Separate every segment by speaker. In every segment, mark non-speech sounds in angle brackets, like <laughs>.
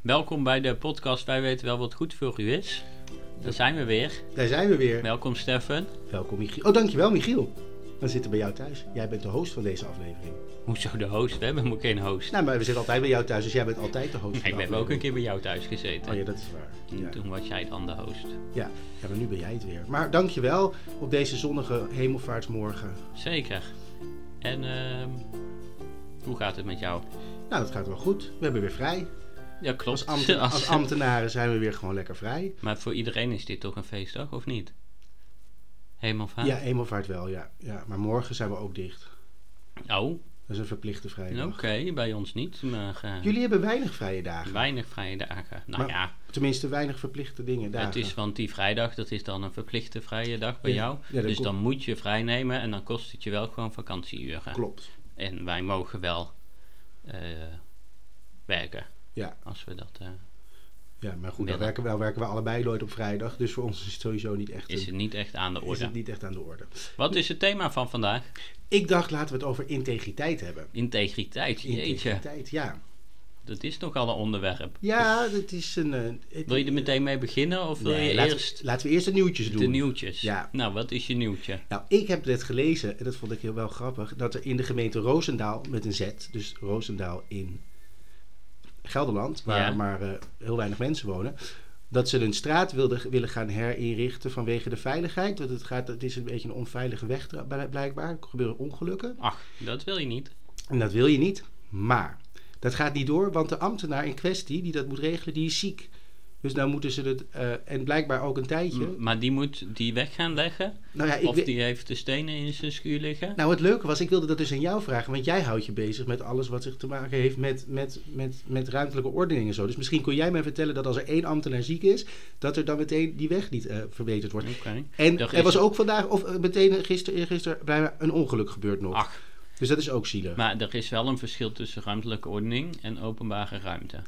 Speaker 1: Welkom bij de podcast Wij weten wel wat goed voor u is. Daar zijn we weer.
Speaker 2: Daar zijn we weer.
Speaker 1: Welkom Stefan.
Speaker 2: Welkom Michiel. Oh, dankjewel Michiel. Dan zitten we bij jou thuis. Jij bent de host van deze aflevering.
Speaker 1: Hoezo de host? We hebben helemaal geen host.
Speaker 2: Nou, maar we zitten altijd bij jou thuis, dus jij bent altijd de host
Speaker 1: Nee,
Speaker 2: van
Speaker 1: ik
Speaker 2: de
Speaker 1: ben ook een keer bij jou thuis gezeten.
Speaker 2: aflevering. Oh ja, dat is waar. Ja.
Speaker 1: Toen was jij dan de host.
Speaker 2: Ja. ja, maar nu ben jij het weer. Maar dankjewel op deze zonnige hemelvaartsmorgen.
Speaker 1: Zeker. En ehm, hoe gaat het met jou?
Speaker 2: Nou, dat gaat wel goed. We hebben weer vrij.
Speaker 1: Ja, klopt.
Speaker 2: Als, ambten-
Speaker 1: Als-
Speaker 2: als ambtenaren zijn we weer gewoon lekker vrij.
Speaker 1: maar voor iedereen is dit toch een feestdag, of niet? Helemaal vaak?
Speaker 2: Ja, hemelvaart wel, ja. ja. Maar morgen zijn we ook dicht.
Speaker 1: Oh,
Speaker 2: Dat is een verplichte
Speaker 1: oké,
Speaker 2: vrijdag.
Speaker 1: bij ons niet. Maar eh,
Speaker 2: Jullie hebben weinig vrije dagen.
Speaker 1: weinig vrije dagen. Nou
Speaker 2: Maar-
Speaker 1: ja,
Speaker 2: Tenminste, weinig verplichte dingen. Dagen.
Speaker 1: het is, want die vrijdag, dat is dan een verplichte vrije dag bij
Speaker 2: Ja,
Speaker 1: jou.
Speaker 2: ja, dat
Speaker 1: dus
Speaker 2: klopt.
Speaker 1: dan moet je vrij nemen en dan kost het je wel gewoon vakantieuren.
Speaker 2: Klopt.
Speaker 1: En wij mogen wel eh, werken.
Speaker 2: Ja.
Speaker 1: Als we dat... eh,
Speaker 2: Ja, maar goed,
Speaker 1: Middag.
Speaker 2: dan werken we, dan werken we allebei nooit op vrijdag. Dus voor ons is het sowieso niet echt,
Speaker 1: is
Speaker 2: een-
Speaker 1: het niet echt aan de
Speaker 2: is
Speaker 1: orde.
Speaker 2: het niet echt aan de orde.
Speaker 1: Wat is het thema van vandaag?
Speaker 2: Ik dacht, laten we het over integriteit hebben.
Speaker 1: Integriteit. Jeetje,
Speaker 2: Integriteit, ja.
Speaker 1: dat is nogal een onderwerp.
Speaker 2: Ja, het is een... eh, het-
Speaker 1: Wil je er meteen mee beginnen of wil
Speaker 2: Nee,
Speaker 1: je
Speaker 2: laten,
Speaker 1: eerst
Speaker 2: we, laten we eerst de nieuwtjes doen.
Speaker 1: de nieuwtjes?
Speaker 2: Ja.
Speaker 1: Nou, wat is je nieuwtje?
Speaker 2: Nou, ik heb net gelezen, en dat vond ik heel wel grappig, dat er in de gemeente Roosendaal, met een Z, dus Roosendaal in Gelderland, waar
Speaker 1: Ja.
Speaker 2: maar eh, heel weinig mensen wonen, dat ze een straat wilden, willen gaan herinrichten vanwege de veiligheid. Want het, gaat, het is een beetje een onveilige weg tra- bl- blijkbaar, er gebeuren ongelukken.
Speaker 1: Ach, dat wil je niet.
Speaker 2: En dat wil je niet, maar dat gaat niet door, want de ambtenaar in kwestie die dat moet regelen, die is ziek. Dus nou moeten ze het, eh, en blijkbaar ook een tijdje.
Speaker 1: M- maar die moet die weg gaan leggen?
Speaker 2: nou ja, ik
Speaker 1: Mm. of
Speaker 2: weet-
Speaker 1: die heeft de stenen in zijn schuur liggen?
Speaker 2: Nou, het leuke was, ik wilde dat dus aan jou vragen, want jij houdt je bezig met alles wat zich te maken heeft met, met, met, met ruimtelijke ordening en zo. Dus misschien kon jij mij vertellen dat als er één ambtenaar ziek is, dat er dan meteen die weg niet eh, verbeterd wordt.
Speaker 1: Oké.
Speaker 2: En
Speaker 1: Dat
Speaker 2: er
Speaker 1: is-
Speaker 2: was ook vandaag, of eh, meteen gisteren, gisteren blijkbaar een ongeluk gebeurd nog.
Speaker 1: Ach,
Speaker 2: Dus dat is ook zielig.
Speaker 1: Ah. maar er is wel een verschil tussen ruimtelijke ordening en openbare ruimte.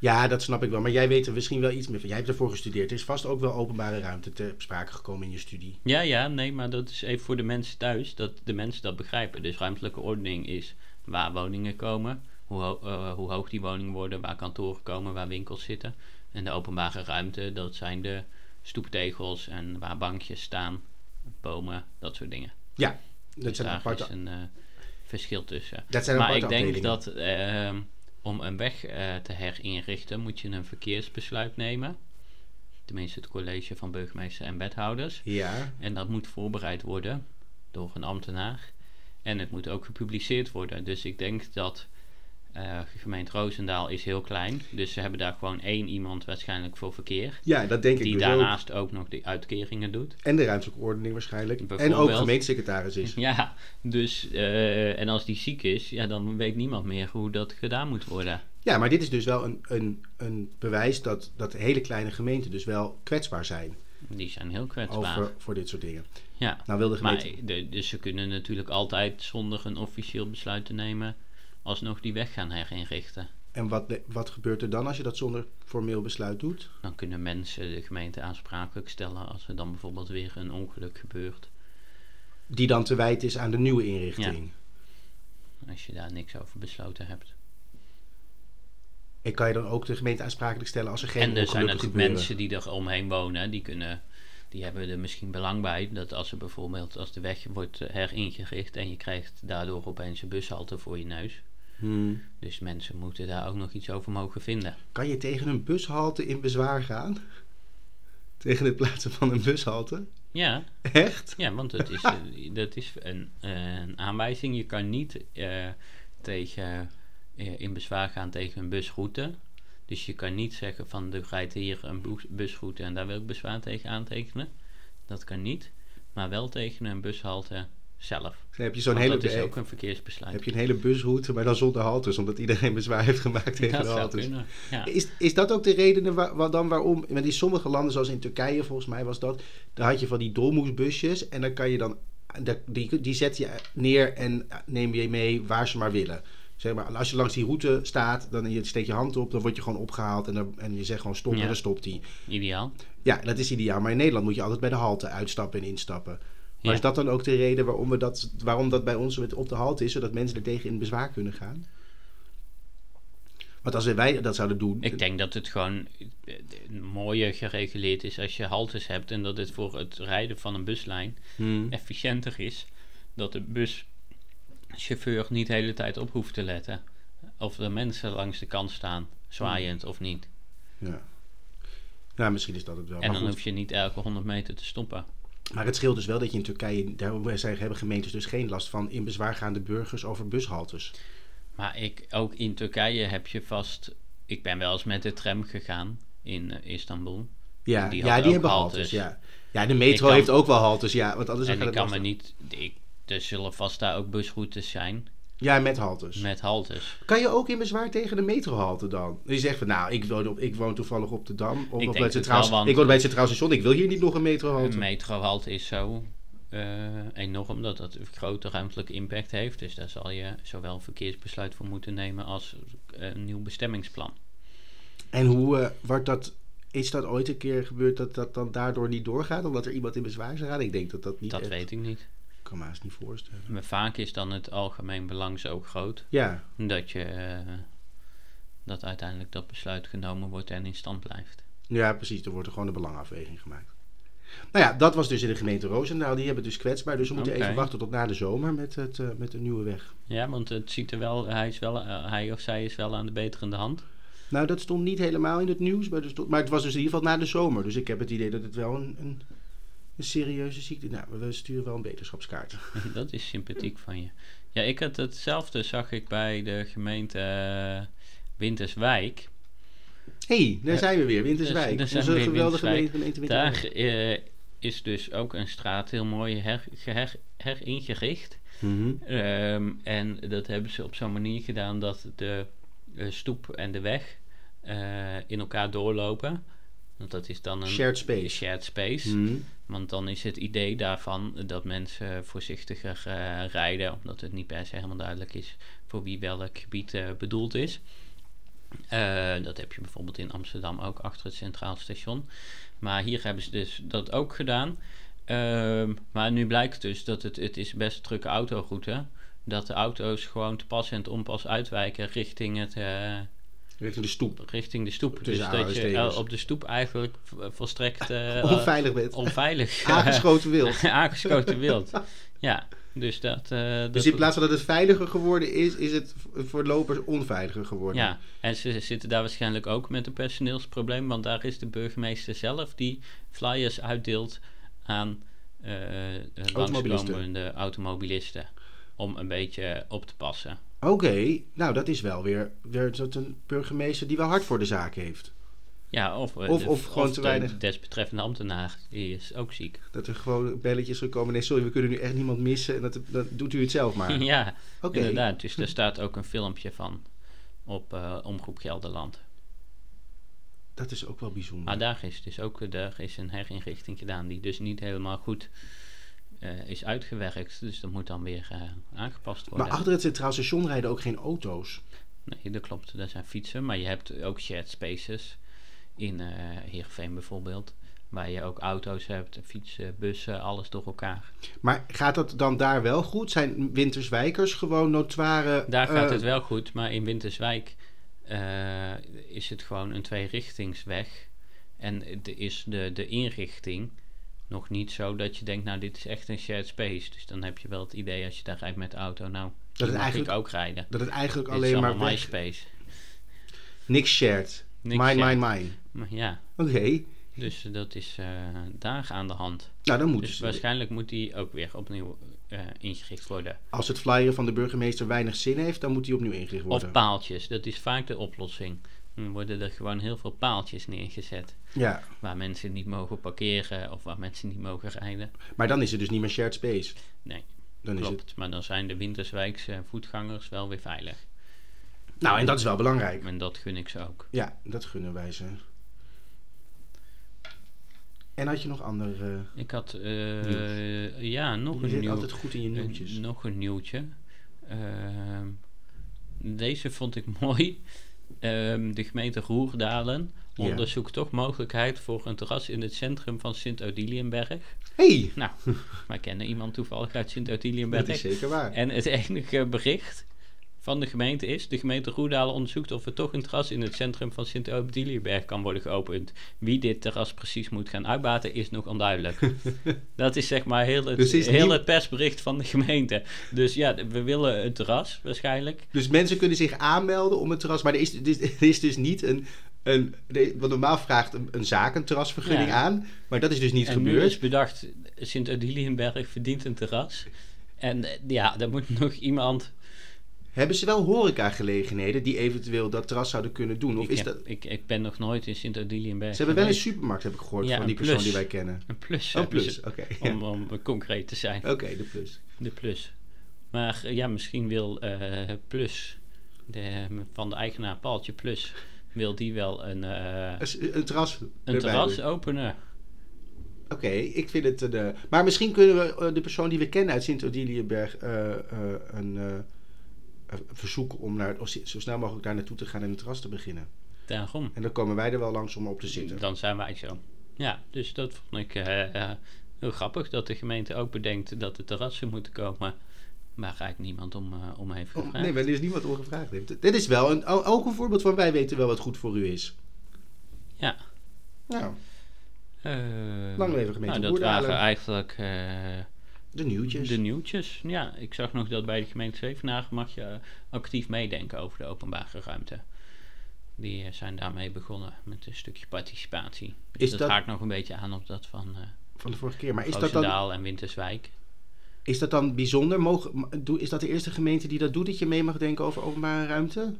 Speaker 2: Ja, dat snap ik wel. Maar jij weet er misschien wel iets meer van. Jij hebt ervoor gestudeerd. Er is vast ook wel openbare ruimte ter sprake gekomen in je studie.
Speaker 1: Ja, ja, nee, maar dat is even voor de mensen thuis, dat de mensen dat begrijpen. Dus ruimtelijke ordening is waar woningen komen, hoe, ho- eh, hoe hoog die woningen worden, waar kantoren komen, waar winkels zitten. En de openbare ruimte, dat zijn de stoeptegels en waar bankjes staan, bomen, dat soort dingen.
Speaker 2: Ja, dat zijn
Speaker 1: Daar
Speaker 2: aparte...
Speaker 1: is een eh, verschil tussen.
Speaker 2: Dat zijn
Speaker 1: maar
Speaker 2: aparte
Speaker 1: ik denk
Speaker 2: afdelingen.
Speaker 1: dat ehm, om een weg eh, te herinrichten moet je een verkeersbesluit nemen. Tenminste het college van burgemeester en wethouders.
Speaker 2: Ja,
Speaker 1: En dat moet voorbereid worden door een ambtenaar. En het moet ook gepubliceerd worden. Dus ik denk dat eh gemeente Roosendaal is heel klein. Dus ze hebben daar gewoon één iemand waarschijnlijk voor verkeer.
Speaker 2: ja dat denk ik
Speaker 1: Die
Speaker 2: dus ook.
Speaker 1: daarnaast ook nog de uitkeringen doet.
Speaker 2: En de ruimtelijke ordening waarschijnlijk. En ook
Speaker 1: Bijvoorbeeld.
Speaker 2: gemeentesecretaris is.
Speaker 1: Ja, dus eh, en als die ziek is, ja, dan weet niemand meer hoe dat gedaan moet worden.
Speaker 2: Ja, maar dit is dus wel een, een, een bewijs dat, dat hele kleine gemeenten dus wel kwetsbaar zijn
Speaker 1: Die zijn heel kwetsbaar.
Speaker 2: over, voor dit soort dingen.
Speaker 1: Ja.
Speaker 2: Nou wil de
Speaker 1: Maar
Speaker 2: gemeente...
Speaker 1: de- dus ze kunnen natuurlijk altijd zonder een officieel besluit te nemen alsnog die weg gaan herinrichten.
Speaker 2: En wat, wat gebeurt er dan als je dat zonder formeel besluit doet?
Speaker 1: Dan kunnen mensen de gemeente aansprakelijk stellen als er dan bijvoorbeeld weer een ongeluk gebeurt.
Speaker 2: Die dan te wijten is aan de nieuwe inrichting.
Speaker 1: Als je daar niks over besloten hebt.
Speaker 2: En kan je dan ook de gemeente aansprakelijk stellen als er geen
Speaker 1: en er zijn
Speaker 2: ongelukken
Speaker 1: natuurlijk
Speaker 2: gebeuren?
Speaker 1: mensen die er omheen wonen. hè, Die, kunnen, die hebben er misschien belang bij. Dat als er bijvoorbeeld als de weg wordt eh, heringericht en je krijgt daardoor opeens een bushalte voor je neus.
Speaker 2: Hmm.
Speaker 1: Dus mensen moeten daar ook nog iets over mogen vinden.
Speaker 2: Kan je tegen een bushalte in bezwaar gaan? Tegen het plaatsen van een bushalte?
Speaker 1: Ja,
Speaker 2: Echt?
Speaker 1: <laughs> ja want dat is, eh, dat is een, eh, een aanwijzing. Je kan niet eh, tegen, eh, in bezwaar gaan tegen een busroute. Dus je kan niet zeggen van er rijdt hier een boes- busroute en daar wil ik bezwaar tegen aantekenen. Dat kan niet. Maar wel tegen een bushalte zelf.
Speaker 2: Dan heb je zo'n
Speaker 1: Want
Speaker 2: hele...
Speaker 1: dat is
Speaker 2: eh,
Speaker 1: ook een verkeersbesluit.
Speaker 2: Heb je een hele busroute, maar dan zonder haltes, omdat iedereen bezwaar heeft gemaakt tegen
Speaker 1: <laughs> dat
Speaker 2: de
Speaker 1: zou
Speaker 2: haltes.
Speaker 1: kunnen.
Speaker 2: <laughs>
Speaker 1: Ja.
Speaker 2: Is, is dat ook de reden waar, waar- dan waarom? Want in sommige landen, zoals in Turkije volgens mij was dat, daar had je van die dolmoesbusjes en dan kan je dan, dat- die, die zet je neer en neem je mee waar ze maar willen. Zeg maar, als je langs die route staat, dan je steek je hand op, dan word je gewoon opgehaald en, dan, en je zegt gewoon stop
Speaker 1: Ja.
Speaker 2: en dan stopt die.
Speaker 1: Ideaal.
Speaker 2: Ja, dat is ideaal, maar in Nederland moet je altijd bij de halte uitstappen en instappen. Maar
Speaker 1: Ja.
Speaker 2: is dat dan ook de reden waarom, we dat, waarom dat bij ons met op de halte is, zodat mensen er tegen in bezwaar kunnen gaan? Want als wij dat zouden doen.
Speaker 1: Ik denk dat het gewoon eh, eh, mooier gereguleerd is als je haltes hebt en dat het voor het rijden van een buslijn
Speaker 2: Hmm.
Speaker 1: efficiënter is dat de buschauffeur niet de hele tijd op hoeft te letten of de mensen langs de kant staan, zwaaiend of niet.
Speaker 2: Ja. Nou, misschien is dat het wel.
Speaker 1: en
Speaker 2: maar,
Speaker 1: dan
Speaker 2: goed.
Speaker 1: hoef je niet elke 100 meter te stoppen.
Speaker 2: maar het scheelt dus wel dat je in Turkije, daar zijn, hebben gemeentes dus geen last van in bezwaargaande burgers over bushaltes.
Speaker 1: Maar ik, ook in Turkije heb je vast. Ik ben wel eens met de tram gegaan in eh, Istanbul.
Speaker 2: Ja,
Speaker 1: Die hadden
Speaker 2: die, ja, die
Speaker 1: ook
Speaker 2: hebben
Speaker 1: haltes.
Speaker 2: haltes. ja. ja, de metro
Speaker 1: Ik kan-
Speaker 2: heeft ook wel haltes, ja. Want anders
Speaker 1: en
Speaker 2: gaat
Speaker 1: ik
Speaker 2: het
Speaker 1: kan me
Speaker 2: lastig.
Speaker 1: niet. Ik, er zullen vast daar ook busroutes zijn
Speaker 2: Ja, met haltes.
Speaker 1: met haltes.
Speaker 2: Kan je ook in bezwaar tegen de metrohalte dan? Je zegt van, nou, ik woon, op, ik woon toevallig op de Dam. Of,
Speaker 1: denk
Speaker 2: op bij het
Speaker 1: het
Speaker 2: Centraal,
Speaker 1: wel, want-
Speaker 2: Ik woon bij het Centraal Station, ik wil hier niet nog een metrohalte.
Speaker 1: Een metrohalte is zo eh, enorm dat dat een grote ruimtelijke impact heeft. Dus daar zal je zowel verkeersbesluit voor moeten nemen als eh, een nieuw bestemmingsplan.
Speaker 2: En hoe eh, wordt dat... Is dat ooit een keer gebeurd dat dat dan daardoor niet doorgaat? Omdat er iemand in bezwaar is geraakt? Ik denk dat dat niet
Speaker 1: Dat
Speaker 2: echt-
Speaker 1: weet ik niet.
Speaker 2: Ik kan me haast niet voorstellen.
Speaker 1: Maar vaak is dan het algemeen belang zo groot
Speaker 2: Ja,
Speaker 1: dat je. eh, dat uiteindelijk dat besluit genomen wordt en in stand blijft.
Speaker 2: ja precies. Er wordt er gewoon een belangafweging gemaakt. Nou ja, dat was dus in de gemeente Roosendaal. Die hebben het dus kwetsbaar. Dus we moeten
Speaker 1: Oké.
Speaker 2: even wachten tot na de zomer met, het, eh, met de nieuwe weg.
Speaker 1: Ja, want het ziet er wel, hij, is wel eh, hij of zij is wel aan de beterende hand. <laughs>
Speaker 2: Nou, dat stond niet helemaal in het nieuws. Maar, er stond- maar het was dus in ieder geval na de zomer. Dus ik heb het idee dat het wel een, een, een serieuze ziekte... Nou, we sturen wel een beterschapskaart.
Speaker 1: Dat is sympathiek van je. Ja, ik had hetzelfde, zag ik bij de gemeente eh, Winterswijk.
Speaker 2: Hé, hey, daar
Speaker 1: Ja.
Speaker 2: zijn we weer.
Speaker 1: Dus
Speaker 2: Winterswijk.
Speaker 1: daar zijn
Speaker 2: Onze
Speaker 1: we weer,
Speaker 2: geweldige
Speaker 1: Winterswijk.
Speaker 2: gemeente, gemeente Winterswijk.
Speaker 1: Daar eh, is dus ook een straat heel mooi her, geher- heringericht.
Speaker 2: Mhm.
Speaker 1: Ehm, en dat hebben ze op zo'n manier gedaan dat de eh, stoep en de weg eh, in elkaar doorlopen. Want dat is dan een
Speaker 2: Shared space.
Speaker 1: shared space.
Speaker 2: Mhm.
Speaker 1: Want dan is het idee daarvan dat mensen voorzichtiger eh, rijden, omdat het niet per se helemaal duidelijk is voor wie welk gebied eh, bedoeld is. Eh, dat heb je bijvoorbeeld in Amsterdam ook achter het Centraal Station. Maar hier hebben ze dus dat ook gedaan. Ehm, maar nu blijkt dus dat het, het is best een drukke autoroute. Dat de auto's gewoon te pas en te onpas uitwijken richting, het, eh,
Speaker 2: Richting de stoep.
Speaker 1: richting de stoep.
Speaker 2: Tussen
Speaker 1: Dus dat je
Speaker 2: aanhalingstekens.
Speaker 1: eh, op de stoep eigenlijk v- volstrekt eh,
Speaker 2: <laughs> Onveilig bent.
Speaker 1: onveilig <laughs>
Speaker 2: <laughs> Aangeschoten wild.
Speaker 1: aangeschoten wild. Ja, dus dat. eh, dat
Speaker 2: Dus in plaats van dat het veiliger geworden is, is het v- voor lopers onveiliger geworden.
Speaker 1: ja, en ze zitten daar waarschijnlijk ook met een personeelsprobleem, want daar is de burgemeester zelf die flyers uitdeelt aan eh eh, langskomende automobilisten. Om een beetje op te passen.
Speaker 2: Oké, nou dat is wel weer, weer dat een burgemeester die wel hard voor de zaak heeft.
Speaker 1: Ja, of, eh,
Speaker 2: Of- of gewoon te
Speaker 1: de
Speaker 2: weinig.
Speaker 1: desbetreffende ambtenaar die is ook ziek.
Speaker 2: Dat er gewoon belletjes gekomen. Nee, sorry, we kunnen nu echt niemand missen. En dat, dat doet u het zelf maar. Ah. Oké.
Speaker 1: <laughs> ja, inderdaad. Dus daar staat ook een filmpje van op eh, Omroep Gelderland.
Speaker 2: Dat is ook wel bijzonder.
Speaker 1: Maar daar is dus ook daar is een herinrichting gedaan die dus niet helemaal goed eh, is uitgewerkt. Dus dat moet dan weer eh, aangepast worden.
Speaker 2: maar achter het centraal station rijden ook geen auto's.
Speaker 1: Nee, dat klopt. Daar zijn fietsen, maar je hebt ook shared spaces in eh Heerenveen bijvoorbeeld. Waar je ook auto's hebt, fietsen, bussen, alles door elkaar.
Speaker 2: Maar gaat dat dan daar wel goed? Zijn winterswijkers gewoon notoire...
Speaker 1: Daar gaat
Speaker 2: eh,
Speaker 1: het wel goed, maar in Winterswijk eh, is het gewoon een tweerichtingsweg. En het is de, de inrichting nog niet zo dat je denkt, nou dit is echt een shared space. Dus dan heb je wel het idee als je daar rijdt met de auto, nou dat mag
Speaker 2: eigenlijk
Speaker 1: ik ook rijden.
Speaker 2: Dat het eigenlijk
Speaker 1: Dit is
Speaker 2: alleen maar...
Speaker 1: allemaal my
Speaker 2: Weg,
Speaker 1: space.
Speaker 2: niks shared.
Speaker 1: Niks
Speaker 2: mine,
Speaker 1: shared.
Speaker 2: mine, mine.
Speaker 1: Maar Ja,
Speaker 2: Oké.
Speaker 1: dus dat is eh, daar aan de hand.
Speaker 2: Nou, dan moeten
Speaker 1: Dus
Speaker 2: ze...
Speaker 1: waarschijnlijk moet die ook weer opnieuw eh, ingericht worden.
Speaker 2: Als het flyer van de burgemeester weinig zin heeft, dan moet die opnieuw ingericht worden.
Speaker 1: Of paaltjes, dat is vaak de oplossing. Dan worden er gewoon heel veel paaltjes neergezet.
Speaker 2: ja,
Speaker 1: waar mensen niet mogen parkeren of waar mensen niet mogen rijden.
Speaker 2: maar dan is het dus niet meer shared space.
Speaker 1: Nee,
Speaker 2: Dan is
Speaker 1: klopt.
Speaker 2: het...
Speaker 1: Maar dan zijn de Winterswijkse voetgangers wel weer veilig.
Speaker 2: Nou, en dat is wel belangrijk.
Speaker 1: En dat gun ik ze ook.
Speaker 2: Ja, dat gunnen wij ze. En had je nog andere... eh,
Speaker 1: Ik had, eh, ja, nog
Speaker 2: je
Speaker 1: een,
Speaker 2: zit
Speaker 1: nieuw,
Speaker 2: altijd goed in je
Speaker 1: een-
Speaker 2: nieuwtjes.
Speaker 1: nog een nieuwtje. Ehm, deze vond ik <laughs> mooi. Ehm, de gemeente Roerdalen
Speaker 2: Ja.
Speaker 1: onderzoekt toch mogelijkheid voor een terras in het centrum van Sint-Odiliënberg.
Speaker 2: hey, <laughs>
Speaker 1: Nou, wij kennen iemand toevallig uit
Speaker 2: dat is
Speaker 1: Sint-Odiliënberg. <laughs>
Speaker 2: zeker waar.
Speaker 1: En het enige bericht van de gemeente is... de gemeente Roerdalen onderzoekt of er toch een terras in het centrum van Sint-Odilieberg kan worden geopend. Wie dit terras precies moet gaan uitbaten is nog
Speaker 2: <laughs>
Speaker 1: onduidelijk. dat is zeg maar heel het,
Speaker 2: Dus is
Speaker 1: heel
Speaker 2: nieuw-
Speaker 1: het persbericht van de gemeente. Dus ja, d- we willen een terras waarschijnlijk.
Speaker 2: Dus mensen kunnen zich aanmelden om een terras. Maar er is, er is, er is dus niet een. een er is- want normaal vraagt een, een zaak een terrasvergunning
Speaker 1: Ja.
Speaker 2: aan. Maar dat is dus niet
Speaker 1: en nu
Speaker 2: gebeurd.
Speaker 1: is bedacht, Sint-Odilieberg verdient een terras. En eh, ja, daar moet <laughs> nog iemand...
Speaker 2: Hebben ze wel horecagelegenheden die eventueel dat terras zouden kunnen doen? Of
Speaker 1: ik,
Speaker 2: is
Speaker 1: heb-
Speaker 2: dat,
Speaker 1: ik, ik ben nog nooit in Sint-Odilieberg
Speaker 2: ze hebben wel een
Speaker 1: geweest.
Speaker 2: supermarkt, heb ik gehoord,
Speaker 1: Ja,
Speaker 2: van die
Speaker 1: een
Speaker 2: persoon
Speaker 1: plus.
Speaker 2: die wij kennen.
Speaker 1: Een plus.
Speaker 2: Oh,
Speaker 1: hebben
Speaker 2: plus.
Speaker 1: ze,
Speaker 2: Oké, ja.
Speaker 1: Om, om concreet te zijn.
Speaker 2: <laughs> Oké, de plus.
Speaker 1: De plus. Maar eh, ja, misschien wil eh, Plus, de, van de eigenaar Paaltje Plus, wil die wel een, eh,
Speaker 2: Een, een terras.
Speaker 1: een
Speaker 2: erbij
Speaker 1: terras
Speaker 2: doen.
Speaker 1: openen.
Speaker 2: Oké, ik vind het. een, eh, maar misschien kunnen we eh, de persoon die we kennen uit Sint-Odilieberg eh, eh, een eh, een verzoek om naar, of zo snel mogelijk daar naartoe te gaan en een terras te beginnen.
Speaker 1: Daarom.
Speaker 2: En dan komen wij er wel langs om op te zitten.
Speaker 1: Dan zijn wij zo. Ja, dus dat vond ik eh, eh, heel grappig dat de gemeente ook bedenkt dat er terrassen moeten komen. Waar eigenlijk niemand om, eh, om heeft
Speaker 2: Oh,
Speaker 1: gevraagd.
Speaker 2: nee, maar er is niemand om gevraagd. heeft. Dit is wel een, ook ook een voorbeeld van wij weten wel wat goed voor u is.
Speaker 1: Ja.
Speaker 2: Nou,
Speaker 1: Eh,
Speaker 2: Lang leven gemeente
Speaker 1: Nou, dat
Speaker 2: Boerdalen.
Speaker 1: waren eigenlijk... eh,
Speaker 2: de nieuwtjes.
Speaker 1: De nieuwtjes, ja. Ik zag nog dat bij de gemeente Zevenaar mag je eh, actief meedenken over de openbare ruimte. Die eh, zijn daarmee begonnen met een stukje participatie. Dus
Speaker 2: Is
Speaker 1: dat,
Speaker 2: dat-
Speaker 1: haakt nog een beetje aan op dat van eh
Speaker 2: van de vorige keer. Maar is dat, dan,
Speaker 1: Roosendaal en Winterswijk.
Speaker 2: is dat dan bijzonder? Mogen, m- doe- is dat de eerste gemeente die dat doet, dat je mee mag denken over openbare ruimte?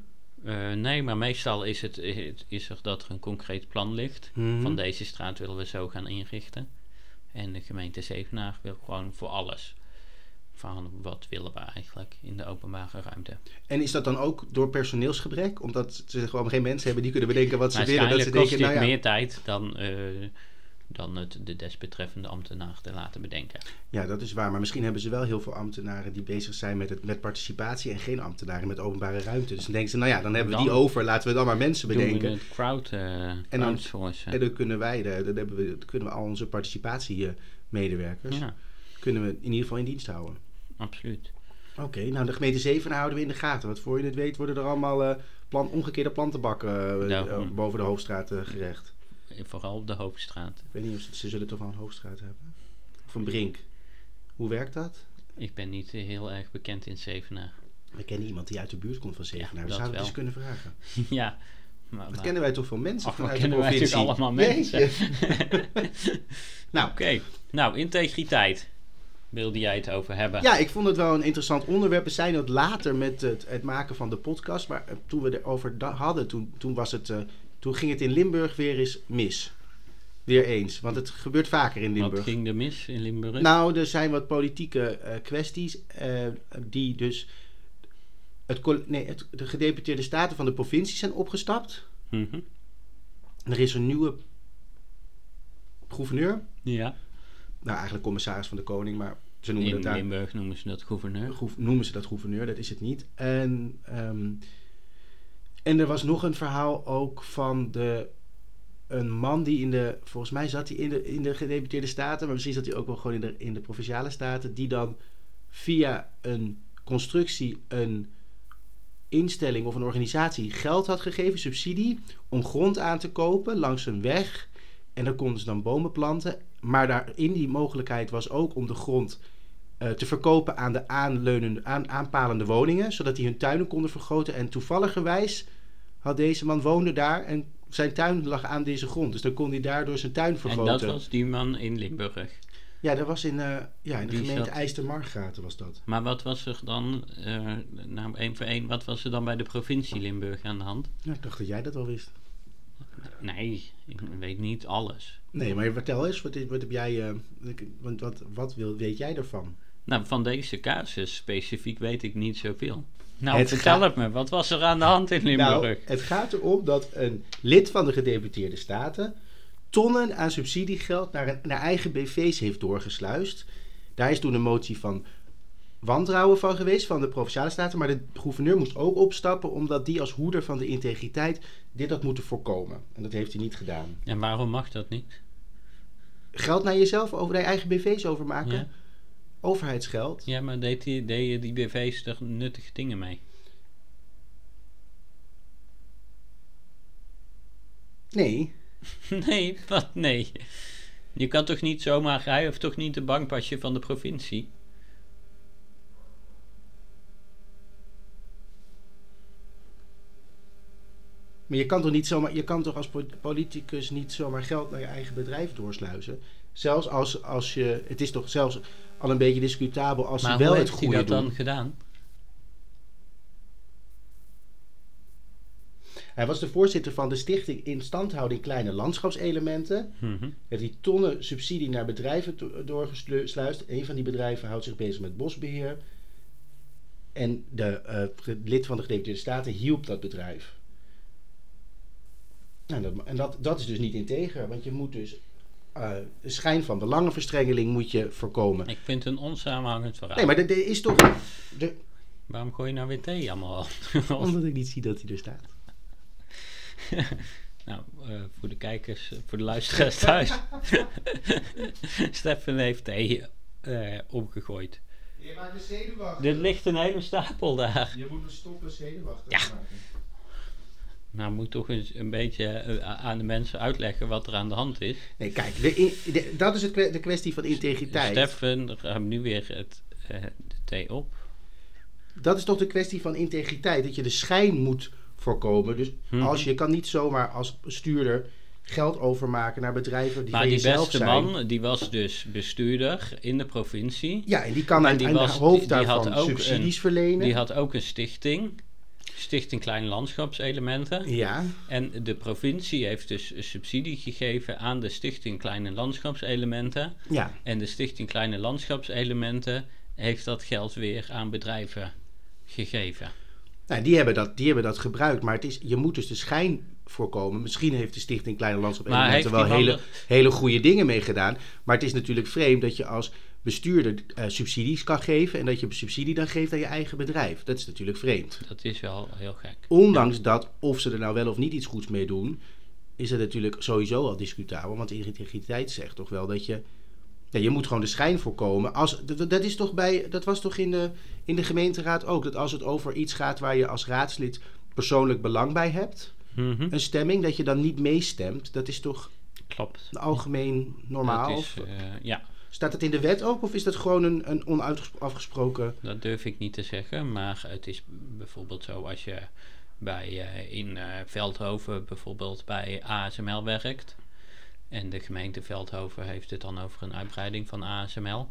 Speaker 1: Eh, nee, maar meestal is, het, het- is er dat er een concreet plan ligt.
Speaker 2: Mhm.
Speaker 1: Van deze straat willen we zo gaan inrichten. En de gemeente Zevenaar wil gewoon voor alles. Van wat willen we eigenlijk in de openbare ruimte.
Speaker 2: En is dat dan ook door personeelsgebrek? Omdat ze gewoon geen mensen hebben die kunnen bedenken wat ze willen. Dat
Speaker 1: Waarschijnlijk
Speaker 2: ze
Speaker 1: kost
Speaker 2: denken,
Speaker 1: dit
Speaker 2: nou ja,
Speaker 1: meer tijd dan, eh, dan het de desbetreffende ambtenaar te laten bedenken.
Speaker 2: ja, dat is waar. Maar misschien hebben ze wel heel veel ambtenaren die bezig zijn met, het, met participatie en geen ambtenaren met openbare ruimte. Dus dan denken ze, nou ja, dan hebben we die
Speaker 1: Dan
Speaker 2: over. Laten we dan maar mensen
Speaker 1: Doen we
Speaker 2: bedenken.
Speaker 1: het crowd, eh
Speaker 2: dan-
Speaker 1: crowdsourcen.
Speaker 2: En dan kunnen wij, de- dan hebben we, dan kunnen we al onze participatiemedewerkers,
Speaker 1: ja,
Speaker 2: kunnen we in ieder geval in dienst houden.
Speaker 1: absoluut.
Speaker 2: Oké, nou de gemeente Zevenaar houden we in de gaten. Want voor je het weet worden er allemaal eh, plan, omgekeerde plantenbakken eh,
Speaker 1: Daarom.
Speaker 2: eh, boven de hoofdstraat eh,
Speaker 1: Eh,
Speaker 2: gerecht.
Speaker 1: Vooral op de hoofdstraat.
Speaker 2: Ik weet niet of ze, ze zullen toch wel een hoofdstraat hebben? Of een brink. Hoe werkt dat?
Speaker 1: Ik ben niet eh, heel erg bekend in Zevenaar. <laughs>
Speaker 2: We kennen iemand die uit de buurt komt van
Speaker 1: dat
Speaker 2: Zevenaar. we zouden
Speaker 1: wel.
Speaker 2: het eens kunnen vragen.
Speaker 1: ja, maar,
Speaker 2: Dat
Speaker 1: maar
Speaker 2: kennen wij toch veel mensen
Speaker 1: Ach, we
Speaker 2: vanuit
Speaker 1: kennen
Speaker 2: de
Speaker 1: wij
Speaker 2: provincie?
Speaker 1: natuurlijk allemaal mensen. <laughs>
Speaker 2: Jeetje. nou,
Speaker 1: Oké, nou, integriteit wilde jij het over hebben.
Speaker 2: Ja, ik vond het wel een interessant onderwerp. We zijn het later met het, het maken van de podcast. Maar eh, toen we erover da- hadden, toen, toen, was het, eh, toen ging het in Limburg weer eens mis. Weer eens. Want het gebeurt vaker in
Speaker 1: Wat
Speaker 2: Limburg.
Speaker 1: ging er mis in Limburg?
Speaker 2: Nou, er zijn wat politieke eh, kwesties eh, die dus... Het, col- nee, het, de gedeputeerde staten van de provincie zijn opgestapt.
Speaker 1: Mhm.
Speaker 2: En er is een nieuwe gouverneur.
Speaker 1: Ja,
Speaker 2: Nou, eigenlijk commissaris van de koning, maar ze noemen
Speaker 1: in
Speaker 2: het daar...
Speaker 1: Limburg noemen ze dat gouverneur.
Speaker 2: Goe- noemen ze dat gouverneur, dat is het niet. En, ehm, en er was nog een verhaal ook van de, een man die in de, volgens mij zat hij in de, in de gedeputeerde staten, maar misschien zat hij ook wel gewoon in de, in de provinciale staten, die dan via een constructie een instelling of een organisatie geld had gegeven, subsidie, om grond aan te kopen langs een weg. En daar konden ze dan bomen planten. Maar daarin die mogelijkheid was ook om de grond eh, te verkopen aan de aanleunende, aan, aanpalende woningen, zodat die hun tuinen konden vergroten. En toevalligerwijs had deze man woonde daar en zijn tuin lag aan deze grond. Dus dan kon hij daardoor zijn tuin
Speaker 1: En
Speaker 2: vergroten.
Speaker 1: dat was die man in Limburg.
Speaker 2: Ja, dat was in, eh, ja, in de
Speaker 1: Die
Speaker 2: gemeente
Speaker 1: zat-
Speaker 2: IJstermargraten was dat.
Speaker 1: Maar wat was er dan, eh, nou één voor één, wat was er dan bij de provincie Limburg aan de hand?
Speaker 2: Nou, ik dacht dat jij dat wel wist.
Speaker 1: Nee, ik weet niet alles.
Speaker 2: Nee, maar vertel eens, wat, is- wat heb jij, eh, ik- want wat, wat wil, weet jij daarvan?
Speaker 1: Nou, van deze casus specifiek weet ik niet zoveel. Nou,
Speaker 2: Het
Speaker 1: vertel
Speaker 2: gaat-
Speaker 1: het me, wat was er aan de hand in Limburg?
Speaker 2: Nou, het gaat erom dat een lid van de gedeputeerde staten tonnen aan subsidiegeld naar, een, naar eigen BV's heeft doorgesluist. Daar is toen een motie van wantrouwen van geweest van de provinciale staten, maar de gouverneur moest ook opstappen omdat die als hoeder van de integriteit dit had moeten voorkomen. En dat heeft hij niet gedaan.
Speaker 1: En waarom mag dat niet?
Speaker 2: Geld naar jezelf over je eigen BV's overmaken,
Speaker 1: Ja.
Speaker 2: overheidsgeld.
Speaker 1: Ja, maar deed die, deden die BV's er nuttige dingen mee? <laughs>
Speaker 2: Nee.
Speaker 1: Nee, wat? Nee. Je kan toch niet zomaar rijden of toch niet de bankpasje van de provincie?
Speaker 2: Maar je kan toch niet zomaar, je kan toch als po- politicus niet zomaar geld naar je eigen bedrijf doorsluizen? Zelfs als, als je, het is toch zelfs al een beetje discutabel als
Speaker 1: maar
Speaker 2: ze wel
Speaker 1: hoe
Speaker 2: het
Speaker 1: heeft hij
Speaker 2: goede
Speaker 1: dat
Speaker 2: doen.
Speaker 1: dan gedaan?
Speaker 2: Hij was de voorzitter van de stichting Instandhouding Kleine Landschapselementen.
Speaker 1: Mhm.
Speaker 2: Heeft hij tonnen subsidie naar bedrijven to- doorgesluist. Een van die bedrijven houdt zich bezig met bosbeheer. En de eh, pre- lid van de Gedeputeerde Staten hielp dat bedrijf. Nou, dat, en dat, dat is dus niet integer, want je moet dus eh, een schijn van belangenverstrengeling moet je voorkomen.
Speaker 1: Ik vind het een onsamenhangend verhaal.
Speaker 2: Nee, maar er er is toch. er-
Speaker 1: Waarom gooi je nou weer thee allemaal? <laughs> al?
Speaker 2: omdat ik niet zie dat hij er staat.
Speaker 1: nou, eh, voor de kijkers, eh, voor de luisteraars thuis. <laughs> Stefan heeft thee eh, omgegooid.
Speaker 2: Je maakt een zenuwachtig.
Speaker 1: Er ligt een hele stapel daar.
Speaker 2: Je moet een stoppen zenuwachtig
Speaker 1: Ja.
Speaker 2: maken.
Speaker 1: Nou, moet toch eens een beetje eh, a- aan de mensen uitleggen wat er aan de hand is.
Speaker 2: Nee, kijk, de in- de- dat is het kwe- de kwestie van integriteit.
Speaker 1: Stefan, ruim nu weer het, eh, de thee op.
Speaker 2: Dat is toch de kwestie van integriteit. Dat je de schijn moet voorkomen. Dus
Speaker 1: Mhm.
Speaker 2: als je kan niet zomaar als bestuurder geld overmaken naar bedrijven die
Speaker 1: maar
Speaker 2: van
Speaker 1: die
Speaker 2: jezelf
Speaker 1: beste
Speaker 2: zijn.
Speaker 1: man, die was dus bestuurder in de provincie.
Speaker 2: Ja, en die kan aan
Speaker 1: die
Speaker 2: aan
Speaker 1: was-
Speaker 2: de
Speaker 1: die-
Speaker 2: hoofd
Speaker 1: die
Speaker 2: daarvan
Speaker 1: had ook
Speaker 2: subsidies verlenen.
Speaker 1: Die had ook een stichting. Stichting Kleine Landschapselementen.
Speaker 2: ja,
Speaker 1: En de provincie heeft dus een subsidie gegeven aan de Stichting Kleine Landschapselementen.
Speaker 2: ja.
Speaker 1: En de Stichting Kleine Landschapselementen heeft dat geld weer aan bedrijven gegeven.
Speaker 2: Nou, die, hebben dat, die hebben dat gebruikt. Maar het is, je moet dus de schijn voorkomen. Misschien heeft de Stichting Kleine Landschap
Speaker 1: Maar
Speaker 2: Elementen
Speaker 1: heeft
Speaker 2: wel
Speaker 1: die
Speaker 2: hele,
Speaker 1: man
Speaker 2: hele goede dingen mee gedaan. Maar het is natuurlijk vreemd dat je als bestuurder eh, subsidies kan geven. En dat je subsidie dan geeft aan je eigen bedrijf. Dat is natuurlijk vreemd.
Speaker 1: Dat is wel heel gek.
Speaker 2: Ondanks dat, of ze er nou wel of niet iets goeds mee doen, is het natuurlijk sowieso al discutabel. Want integriteit zegt toch wel dat je. Ja, je moet gewoon de schijn voorkomen. Als, dat, dat is toch bij, dat was toch in de, in de gemeenteraad ook. Dat als het over iets gaat waar je als raadslid persoonlijk belang bij hebt,
Speaker 1: Mhm,
Speaker 2: een stemming, dat je dan niet meestemt. Dat is toch
Speaker 1: Klopt.
Speaker 2: algemeen normaal?
Speaker 1: Dat is,
Speaker 2: Of-
Speaker 1: eh, ja,
Speaker 2: staat dat in de wet ook? Of is dat gewoon een, een onuitgesproken.
Speaker 1: dat durf ik niet te zeggen. Maar het is bijvoorbeeld zo als je bij, eh, in eh, Veldhoven bijvoorbeeld bij ASML werkt. En de gemeente Veldhoven heeft het dan over een uitbreiding van ASML.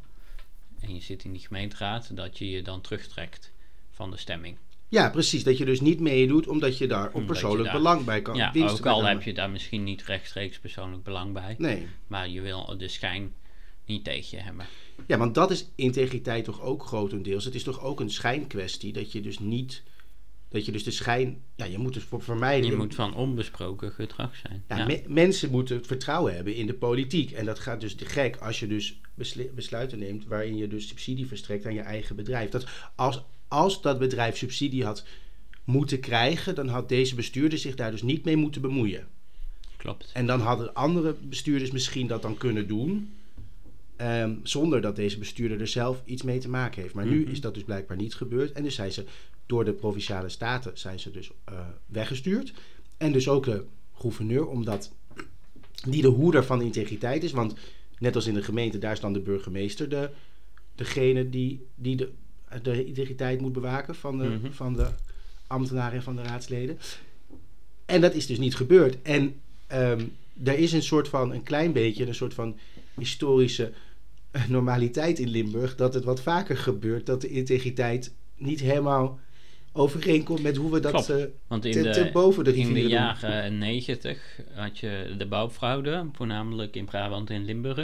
Speaker 1: En je zit in die gemeenteraad, dat je je dan terugtrekt van de stemming.
Speaker 2: Ja, precies. Dat je dus niet meedoet omdat je daar op
Speaker 1: Omdat je
Speaker 2: persoonlijk
Speaker 1: daar-
Speaker 2: belang bij kan.
Speaker 1: ja,
Speaker 2: winsten
Speaker 1: ook al
Speaker 2: behalen.
Speaker 1: heb je daar misschien niet rechtstreeks persoonlijk belang bij.
Speaker 2: Nee.
Speaker 1: Maar je wil de schijn niet tegen je hebben.
Speaker 2: Ja, want dat is integriteit toch ook grotendeels. Het is toch ook een schijnkwestie dat je dus niet. Dat je dus de schijn. Ja, je moet het voor- vermijden.
Speaker 1: Je moet van onbesproken gedrag zijn.
Speaker 2: ja,
Speaker 1: Ja.
Speaker 2: me- mensen moeten vertrouwen hebben in de politiek. En dat gaat dus te gek als je dus besli- besluiten neemt waarin je dus subsidie verstrekt aan je eigen bedrijf. Dat als, als dat bedrijf subsidie had moeten krijgen, dan had deze bestuurder zich daar dus niet mee moeten bemoeien.
Speaker 1: Klopt.
Speaker 2: En dan hadden andere bestuurders misschien dat dan kunnen doen. ehm, zonder dat deze bestuurder er zelf iets mee te maken heeft. Maar nu
Speaker 1: Mhm.
Speaker 2: is dat dus blijkbaar niet gebeurd. En dus zijn ze door de provinciale staten zijn ze dus eh, weggestuurd. En dus ook de gouverneur, omdat die de hoeder van integriteit is. Want net als in de gemeente, daar is dan de burgemeester de, degene die, die de, de integriteit moet bewaken van de,
Speaker 1: Mhm.
Speaker 2: van de ambtenaren en van de raadsleden. En dat is dus niet gebeurd. En ehm er is een soort van, een klein beetje, een soort van historische <laughs> normaliteit in Limburg. Dat het wat vaker gebeurt dat de integriteit niet helemaal overeenkomt met hoe we dat
Speaker 1: Klopt. Nou,
Speaker 2: eh,
Speaker 1: Want in
Speaker 2: ten,
Speaker 1: de,
Speaker 2: ten boven de
Speaker 1: in
Speaker 2: rivieren
Speaker 1: de
Speaker 2: doen.
Speaker 1: jaren negentig had je de bouwfraude, voornamelijk in Brabant en Limburg.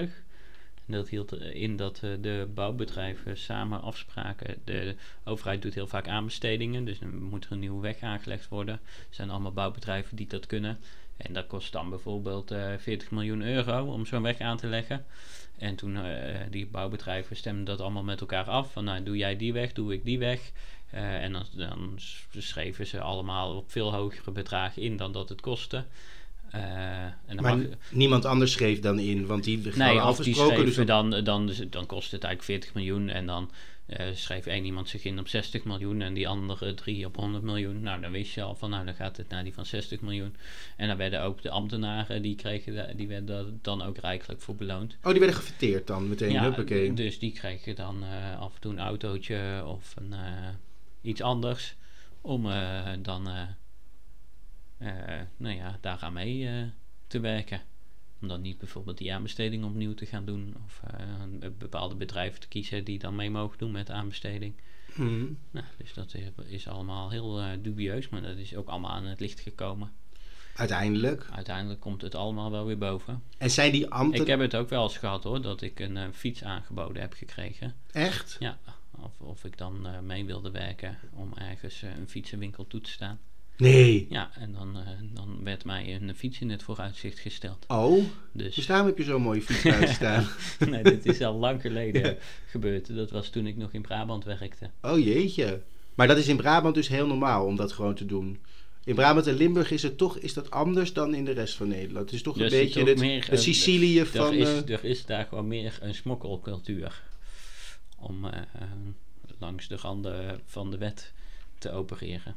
Speaker 1: En Dat hield in dat eh, de bouwbedrijven samen afspraken. De overheid doet heel vaak aanbestedingen, dus dan moet er een nieuwe weg aangelegd worden. Er zijn allemaal bouwbedrijven die dat kunnen. En dat kost dan bijvoorbeeld eh 40 miljoen euro om zo'n weg aan te leggen. En toen eh, die bouwbedrijven stemden dat allemaal met elkaar af. Van nou, doe jij die weg, doe ik die weg. Eh, en dan, dan s- schreven ze allemaal op veel hogere bedragen in dan dat het kostte. Eh, en dan
Speaker 2: Maar
Speaker 1: mag-
Speaker 2: niemand anders schreef dan in, want die hadden
Speaker 1: Nee, of die
Speaker 2: afgesproken.
Speaker 1: schreven eh,
Speaker 2: Dus dat-
Speaker 1: dan, dan, dan kost het eigenlijk 40 miljoen en dan eh, schreef één iemand zich in op 60 miljoen en die andere drie op 100 miljoen. Nou, dan wist je al van, nou, dan gaat het naar die van 60 miljoen. En dan werden ook de ambtenaren, die, kregen da- die werden daar dan ook rijkelijk voor beloond.
Speaker 2: Oh, die werden gefeteerd dan meteen.
Speaker 1: Ja,
Speaker 2: Huppakee.
Speaker 1: dus die kregen dan eh, af en toe een autootje of een, eh, iets anders om eh, dan eh, eh, nou ja, daaraan mee eh, te werken. Om dan niet bijvoorbeeld die aanbesteding opnieuw te gaan doen of eh, een bepaalde bedrijven te kiezen die dan mee mogen doen met de aanbesteding.
Speaker 2: Mhm.
Speaker 1: Nou, dus dat is, is allemaal heel eh, dubieus, maar dat is ook allemaal aan het licht gekomen.
Speaker 2: Uiteindelijk.
Speaker 1: Uiteindelijk komt het allemaal wel weer boven.
Speaker 2: En zijn die ambten
Speaker 1: Ik heb het ook wel eens gehad hoor, dat ik een eh, fiets aangeboden heb gekregen.
Speaker 2: echt?
Speaker 1: Ja, of, of ik dan eh, mee wilde werken om ergens eh, een fietsenwinkel toe te staan.
Speaker 2: Nee.
Speaker 1: Ja, en dan, eh, dan werd mij een fiets in het vooruitzicht gesteld.
Speaker 2: Oh, dus <laughs>
Speaker 1: Dus
Speaker 2: daarom heb je zo'n mooie fiets
Speaker 1: <laughs>
Speaker 2: buiten staan.
Speaker 1: nee, dit is al lang geleden gebeurd. Dat was toen ik nog in Brabant werkte.
Speaker 2: Oh jeetje. Maar dat is in Brabant dus heel normaal om dat gewoon te doen. In Brabant en Limburg is het toch is dat anders dan in de rest van Nederland. Het is toch
Speaker 1: Dus
Speaker 2: een
Speaker 1: het
Speaker 2: beetje
Speaker 1: ook
Speaker 2: het,
Speaker 1: meer,
Speaker 2: het
Speaker 1: eh,
Speaker 2: Sicilië van.
Speaker 1: Er is,
Speaker 2: eh,
Speaker 1: er is daar gewoon meer een smokkelcultuur om eh, eh, langs de randen van de wet te opereren.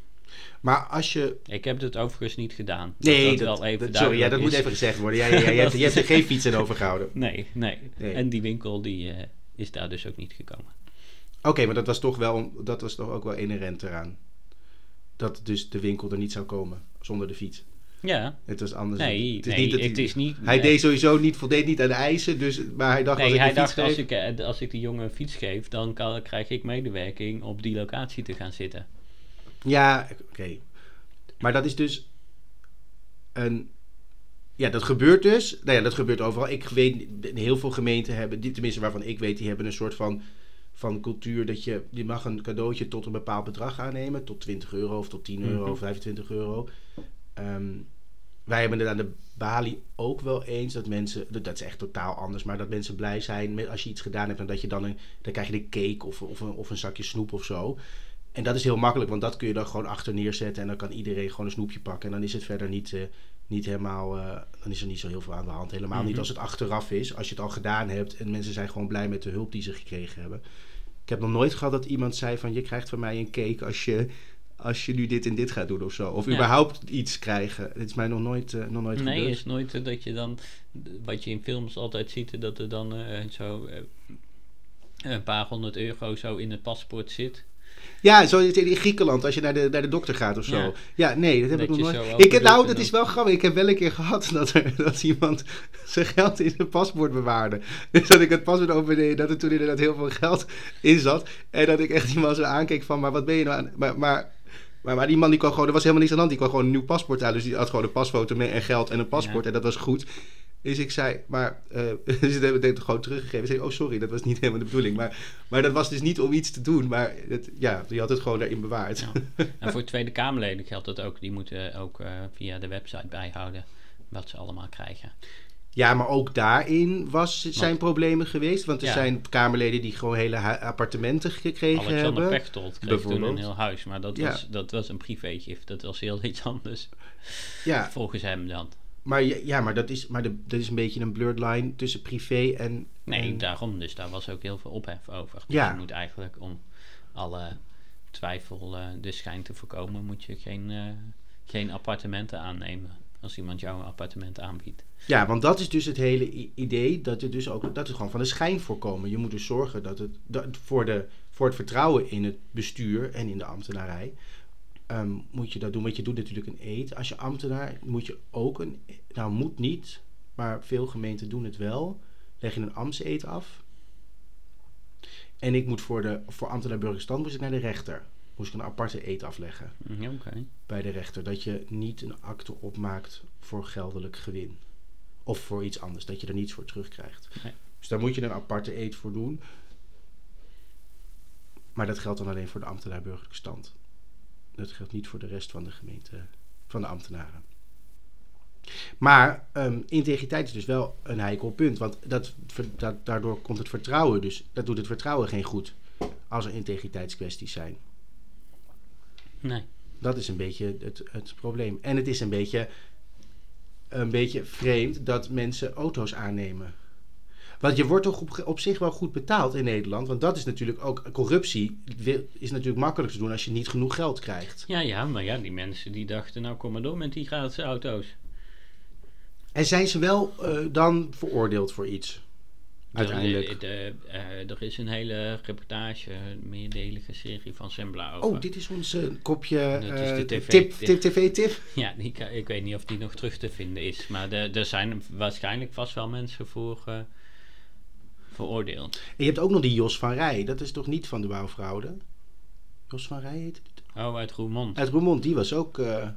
Speaker 2: maar als je.
Speaker 1: Ik heb dit overigens niet gedaan.
Speaker 2: Nee, dat,
Speaker 1: wel even
Speaker 2: dat- sorry, ja, dat
Speaker 1: duidelijk
Speaker 2: moet
Speaker 1: is.
Speaker 2: even gezegd worden. Ja, ja, ja,
Speaker 1: <laughs>
Speaker 2: je, hebt, je hebt er geen fiets aan overgehouden.
Speaker 1: Nee, nee,
Speaker 2: Nee.
Speaker 1: En die winkel die, eh, is daar dus ook niet gekomen.
Speaker 2: Oké, maar dat was toch wel, dat was toch ook wel inherent eraan. Dat dus de winkel er niet zou komen zonder de fiets.
Speaker 1: Ja,
Speaker 2: Het was anders.
Speaker 1: nee, het
Speaker 2: Dus het is
Speaker 1: is
Speaker 2: niet dat
Speaker 1: het
Speaker 2: hij-
Speaker 1: is niet
Speaker 2: Hij
Speaker 1: nee.
Speaker 2: deed sowieso niet, voldeed niet aan de eisen, dus, maar hij dacht als
Speaker 1: Nee,
Speaker 2: ik
Speaker 1: hij
Speaker 2: een fiets
Speaker 1: dacht als
Speaker 2: geef...
Speaker 1: ik, eh, als ik die jongen een fiets geef, dan kan, krijg ik medewerking op die locatie te gaan zitten.
Speaker 2: Ja, oké. Maar dat is dus een... Ja, dat gebeurt dus. Nou ja, dat gebeurt overal. Ik weet, heel veel gemeenten hebben, die- tenminste waarvan ik weet, die hebben een soort van, van cultuur dat je, je mag een cadeautje tot een bepaald bedrag aannemen. Tot 20 euro of tot 10 euro
Speaker 1: Mhm.
Speaker 2: of 25 euro. Ehm, wij hebben het aan de Bali ook wel eens dat mensen, dat dat is echt totaal anders, maar dat mensen blij zijn met, als je iets gedaan hebt en dat je dan een, dan krijg je een cake of, of, een, of een zakje snoep of zo. En dat is heel makkelijk, want dat kun je dan gewoon achter neerzetten en dan kan iedereen gewoon een snoepje pakken. En dan is het verder niet, eh, niet helemaal, eh, dan is er niet zo heel veel aan de hand. Helemaal niet
Speaker 1: Mhm.
Speaker 2: als het achteraf is, als je het al gedaan hebt en mensen zijn gewoon blij met de hulp die ze gekregen hebben. Ik heb nog nooit gehad dat iemand zei van je krijgt van mij een cake als je, als je nu dit en dit gaat doen of zo. Of
Speaker 1: Ja.
Speaker 2: überhaupt iets krijgen. Het is mij nog nooit, eh, nog nooit
Speaker 1: Nee,
Speaker 2: gebeurd.
Speaker 1: is nooit eh, dat je dan, d- wat je in films altijd ziet, eh, dat er dan eh, zo eh, een paar honderd euro zo in het paspoort zit.
Speaker 2: Ja, zo is het in Griekenland als je naar de, naar de dokter gaat of zo. Ja,
Speaker 1: Ja.
Speaker 2: nee, dat heb
Speaker 1: Dat
Speaker 2: ik
Speaker 1: je
Speaker 2: nog
Speaker 1: zo
Speaker 2: nooit.
Speaker 1: open
Speaker 2: Ik heb, nou,
Speaker 1: doet en
Speaker 2: dat is
Speaker 1: dan-
Speaker 2: wel grappig. Ik heb wel een keer gehad <laughs> dat, er, dat iemand <laughs> zijn geld in zijn paspoort bewaarde. Dus <laughs> dat ik het paspoort opende en dat er toen inderdaad heel veel geld in zat. En dat ik echt iemand zo aankeek van, maar wat ben je nou aan... Maar, maar, maar, maar die man die kwam gewoon, er was helemaal niks aan de hand. Die kwam gewoon een nieuw paspoort uit. Dus die had gewoon een pasfoto mee en geld en een paspoort.
Speaker 1: Ja.
Speaker 2: En dat was goed. Dus ik zei, maar... eh <laughs> dus dat hebben we gewoon teruggegeven. Ik zei, oh sorry, dat was niet helemaal de bedoeling. Maar, maar dat was dus niet om iets te doen. Maar het, ja, die had het gewoon daarin bewaard.
Speaker 1: Ja. En voor Tweede Kamerleden geldt dat ook. Die moeten ook eh, via de website bijhouden wat ze allemaal krijgen.
Speaker 2: Ja, maar ook daarin was, zijn problemen geweest. Want er
Speaker 1: Ja.
Speaker 2: zijn Kamerleden die gewoon hele hu- appartementen gekregen
Speaker 1: Alexander
Speaker 2: hebben.
Speaker 1: Pechtold kreeg toen
Speaker 2: bijvoorbeeld.
Speaker 1: een heel huis, maar dat,
Speaker 2: Ja.
Speaker 1: was, dat was een privégift. Dat was heel iets anders,
Speaker 2: Ja,
Speaker 1: volgens hem dan.
Speaker 2: maar, je- ja, maar, dat, is, maar de- dat is een beetje een blurred line tussen privé en...
Speaker 1: Nee,
Speaker 2: en-
Speaker 1: daarom. Dus daar was ook heel veel ophef over. Dus
Speaker 2: Mm. Ja.
Speaker 1: je moet eigenlijk om alle twijfel eh de schijn te voorkomen, moet je geen, eh, geen appartementen aannemen. Als iemand jou een appartement aanbiedt.
Speaker 2: Ja, want dat is dus het hele i- idee dat het dus ook dat het gewoon van de schijn voorkomen. Je moet dus zorgen dat het dat voor, de, voor het vertrouwen in het bestuur en in de ambtenarij ehm, moet je dat doen. Want je doet natuurlijk een eet. Als je ambtenaar moet je ook een, nou moet niet, maar veel gemeenten doen het wel. Leg je een ambtseed af. En ik moet voor de voor ambtenaar burgerstand moest ik naar de rechter. Moest ik een aparte eet afleggen
Speaker 1: Mm, Ja, Oké.
Speaker 2: bij de rechter dat je niet een akte opmaakt voor geldelijk gewin. Of voor iets anders, dat je er niets voor terugkrijgt.
Speaker 1: Nee.
Speaker 2: Dus daar moet je een aparte eet voor doen. Maar dat geldt dan alleen voor de ambtenaar burgerlijke stand. Dat geldt niet voor de rest van de gemeente, van de ambtenaren. Maar ehm, integriteit is dus wel een heikel punt. Want dat, ver- da- daardoor komt het vertrouwen dus. Dat doet het vertrouwen geen goed. Als er integriteitskwesties zijn.
Speaker 1: Nee.
Speaker 2: Dat is een beetje het, het probleem. En het is een beetje, een beetje vreemd dat mensen auto's aannemen. Want je wordt toch op, op zich wel goed betaald in Nederland. Want dat is natuurlijk ook corruptie. wi- Is natuurlijk makkelijk te doen als je niet genoeg geld krijgt.
Speaker 1: Ja, ja, maar ja, die mensen die dachten, nou kom maar door met die gratis auto's.
Speaker 2: En zijn ze wel eh, dan veroordeeld voor iets? Uiteindelijk.
Speaker 1: Er, de- eh, er is een hele reportage, een meerdelige serie van Sembla over.
Speaker 2: Oh, dit is ons eh, kopje
Speaker 1: Dat is
Speaker 2: eh,
Speaker 1: de TV
Speaker 2: tip,
Speaker 1: tip.
Speaker 2: tip, tv tip.
Speaker 1: Ja, die, ka- ik weet niet of die nog terug te vinden is. Maar de- er zijn waarschijnlijk vast wel mensen voor eh, veroordeeld.
Speaker 2: En je hebt ook nog die Jos van Rij. Dat is toch niet van de bouwfraude? Jos van Rij heet het?
Speaker 1: Oh, uit Roermond.
Speaker 2: Uit Roermond, die was ook... eh,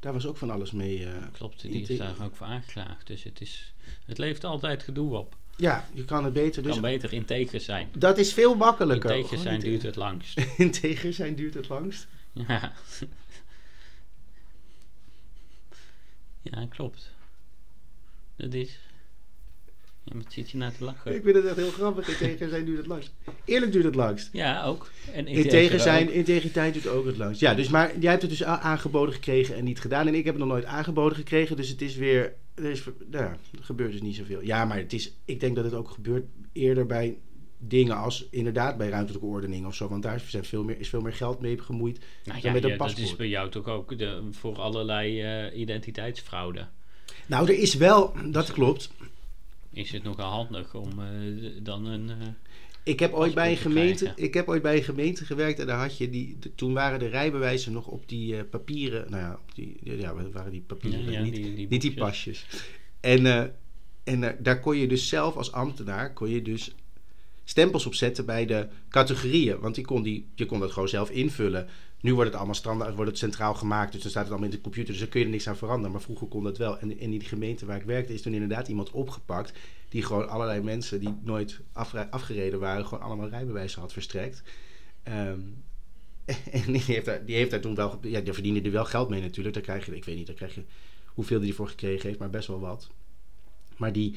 Speaker 2: daar was ook van alles mee. eh.
Speaker 1: Klopt,
Speaker 2: Ik
Speaker 1: die is
Speaker 2: denk-
Speaker 1: daar ook voor aangeklaagd. Dus het, is, het levert altijd gedoe op.
Speaker 2: Ja, je kan het beter.
Speaker 1: Het
Speaker 2: Dus
Speaker 1: kan beter integer zijn.
Speaker 2: dat is veel makkelijker.
Speaker 1: Integer
Speaker 2: Gewoon
Speaker 1: zijn
Speaker 2: niet-
Speaker 1: duurt het langst. <laughs>
Speaker 2: <laughs> Integer zijn duurt het langst.
Speaker 1: ja. ja, klopt. Dat is... Ja, wat zit je nou te lachen?
Speaker 2: Ik vind het echt heel grappig. Integer zijn duurt het langst. Eerlijk duurt het langst.
Speaker 1: Ja, ook. En
Speaker 2: Integer zijn,
Speaker 1: ook.
Speaker 2: integriteit duurt ook het langst. Ja, dus maar jij hebt het dus a- aangeboden gekregen en niet gedaan. En ik heb het nog nooit aangeboden gekregen. Dus het is weer. Er, is, ver- nou ja, er gebeurt dus niet zoveel. Ja, maar het is, ik denk dat het ook gebeurt eerder bij dingen als inderdaad bij ruimtelijke ordening of zo. Want daar zijn veel meer, is veel meer geld mee gemoeid.
Speaker 1: Nou ja,
Speaker 2: dan met een
Speaker 1: ja, dat is
Speaker 2: paspoort.
Speaker 1: bij jou toch ook de, voor allerlei eh, identiteitsfraude.
Speaker 2: Nou, er is wel, dat klopt.
Speaker 1: Is het nogal handig om eh, dan een... eh,
Speaker 2: Ik heb ooit
Speaker 1: Paspoort
Speaker 2: bij een
Speaker 1: te
Speaker 2: gemeente,
Speaker 1: krijgen.
Speaker 2: ik heb ooit bij een gemeente gewerkt en daar had je die, de- toen waren de rijbewijzen nog op die eh, papieren, nou ja, op die, ja, wat waren die papieren?
Speaker 1: ja, ja,
Speaker 2: niet,
Speaker 1: die, die
Speaker 2: niet die
Speaker 1: boekjes.
Speaker 2: pasjes. En, eh, en eh, daar kon je dus zelf als ambtenaar kon je dus stempels op zetten bij de categorieën. Want die kon die, je kon dat gewoon zelf invullen. Nu wordt het allemaal standaard, wordt het centraal gemaakt. Dus dan staat het allemaal in de computer. Dus daar kun je er niks aan veranderen. Maar vroeger kon dat wel. En en in die gemeente waar ik werkte is toen inderdaad iemand opgepakt. Die gewoon allerlei mensen die nooit afri- afgereden waren, gewoon allemaal rijbewijzen had verstrekt. Ehm, <laughs> en die heeft, daar, die heeft daar toen wel, ge- ja, die verdiende er wel geld mee natuurlijk. Daar krijg je, ik weet niet, daar krijg je hoeveel die ervoor gekregen heeft, maar best wel wat. Maar die,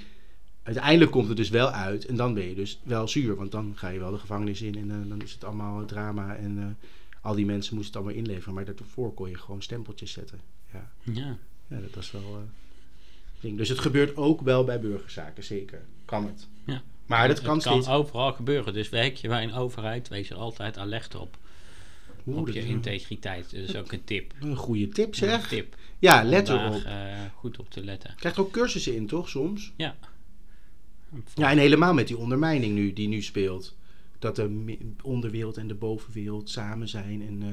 Speaker 2: uiteindelijk komt het dus wel uit en dan ben je dus wel zuur, want dan ga je wel de gevangenis in en eh, dan is het allemaal drama en eh, al die mensen moesten het allemaal inleveren, maar daarvoor kon je gewoon stempeltjes zetten.
Speaker 1: Ja.
Speaker 2: Ja, dat was wel eh, ding. Dus het gebeurt ook wel bij burgerzaken, zeker. Kan het.
Speaker 1: Ja.
Speaker 2: Maar dat kan
Speaker 1: het
Speaker 2: steeds.
Speaker 1: kan overal gebeuren. Dus werk je bij een overheid, wees er altijd alert op.
Speaker 2: Oeh,
Speaker 1: op
Speaker 2: dat
Speaker 1: je
Speaker 2: is een,
Speaker 1: integriteit. Dat is ook een tip.
Speaker 2: een goede tip
Speaker 1: Een
Speaker 2: zeg.
Speaker 1: tip.
Speaker 2: Ja,
Speaker 1: om
Speaker 2: let
Speaker 1: daar,
Speaker 2: erop.
Speaker 1: eh, goed op te letten.
Speaker 2: Krijgt er ook cursussen in, toch, soms?
Speaker 1: Ja.
Speaker 2: Ja, en helemaal met die ondermijning nu, die nu speelt. Dat de mi- onderwereld en de bovenwereld samen zijn. En eh,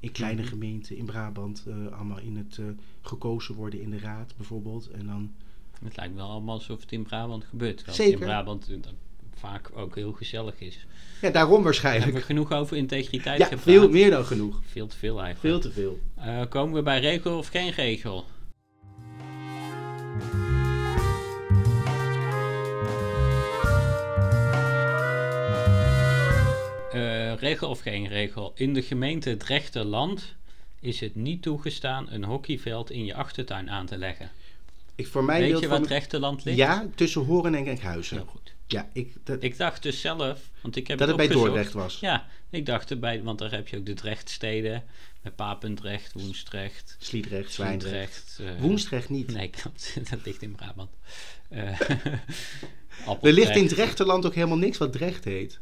Speaker 2: in kleine gemeenten in Brabant eh, allemaal in het eh, gekozen worden in de raad bijvoorbeeld. En dan,
Speaker 1: Het lijkt wel allemaal alsof het in Brabant gebeurt. Terwijl
Speaker 2: Zeker.
Speaker 1: Het in Brabant eh, dan vaak ook heel gezellig is.
Speaker 2: ja, daarom
Speaker 1: We
Speaker 2: waarschijnlijk.
Speaker 1: hebben genoeg over integriteit
Speaker 2: Ja,
Speaker 1: gepraat.
Speaker 2: veel meer dan genoeg.
Speaker 1: Veel te veel eigenlijk.
Speaker 2: Veel te veel.
Speaker 1: Eh, komen we bij regel of geen regel? Eh, regel of geen regel? In de gemeente Drechterland is het niet toegestaan een hockeyveld in je achtertuin aan te leggen.
Speaker 2: Ik, voor mij wil
Speaker 1: Weet
Speaker 2: het
Speaker 1: je
Speaker 2: voor
Speaker 1: waar
Speaker 2: me-
Speaker 1: Drechterland ligt?
Speaker 2: Ja, tussen Horen en Enkhuizen.
Speaker 1: Heel
Speaker 2: Ja,
Speaker 1: goed.
Speaker 2: ik, dat,
Speaker 1: Ik dacht dus zelf, want ik heb
Speaker 2: dat het
Speaker 1: het
Speaker 2: bij
Speaker 1: opgezocht.
Speaker 2: Dordrecht was.
Speaker 1: Ja, ik dacht erbij, want daar heb je ook de Drechtsteden. Met Papendrecht, Woensdrecht,
Speaker 2: Sliedrecht, Zwijndrecht.
Speaker 1: Zwijndrecht. eh,
Speaker 2: Woensdrecht niet.
Speaker 1: <laughs> Nee, klopt. Dat ligt in Brabant. Eh <laughs>
Speaker 2: Er ligt in
Speaker 1: Appeltrecht,
Speaker 2: Drechterland ook helemaal niks wat Drecht heet.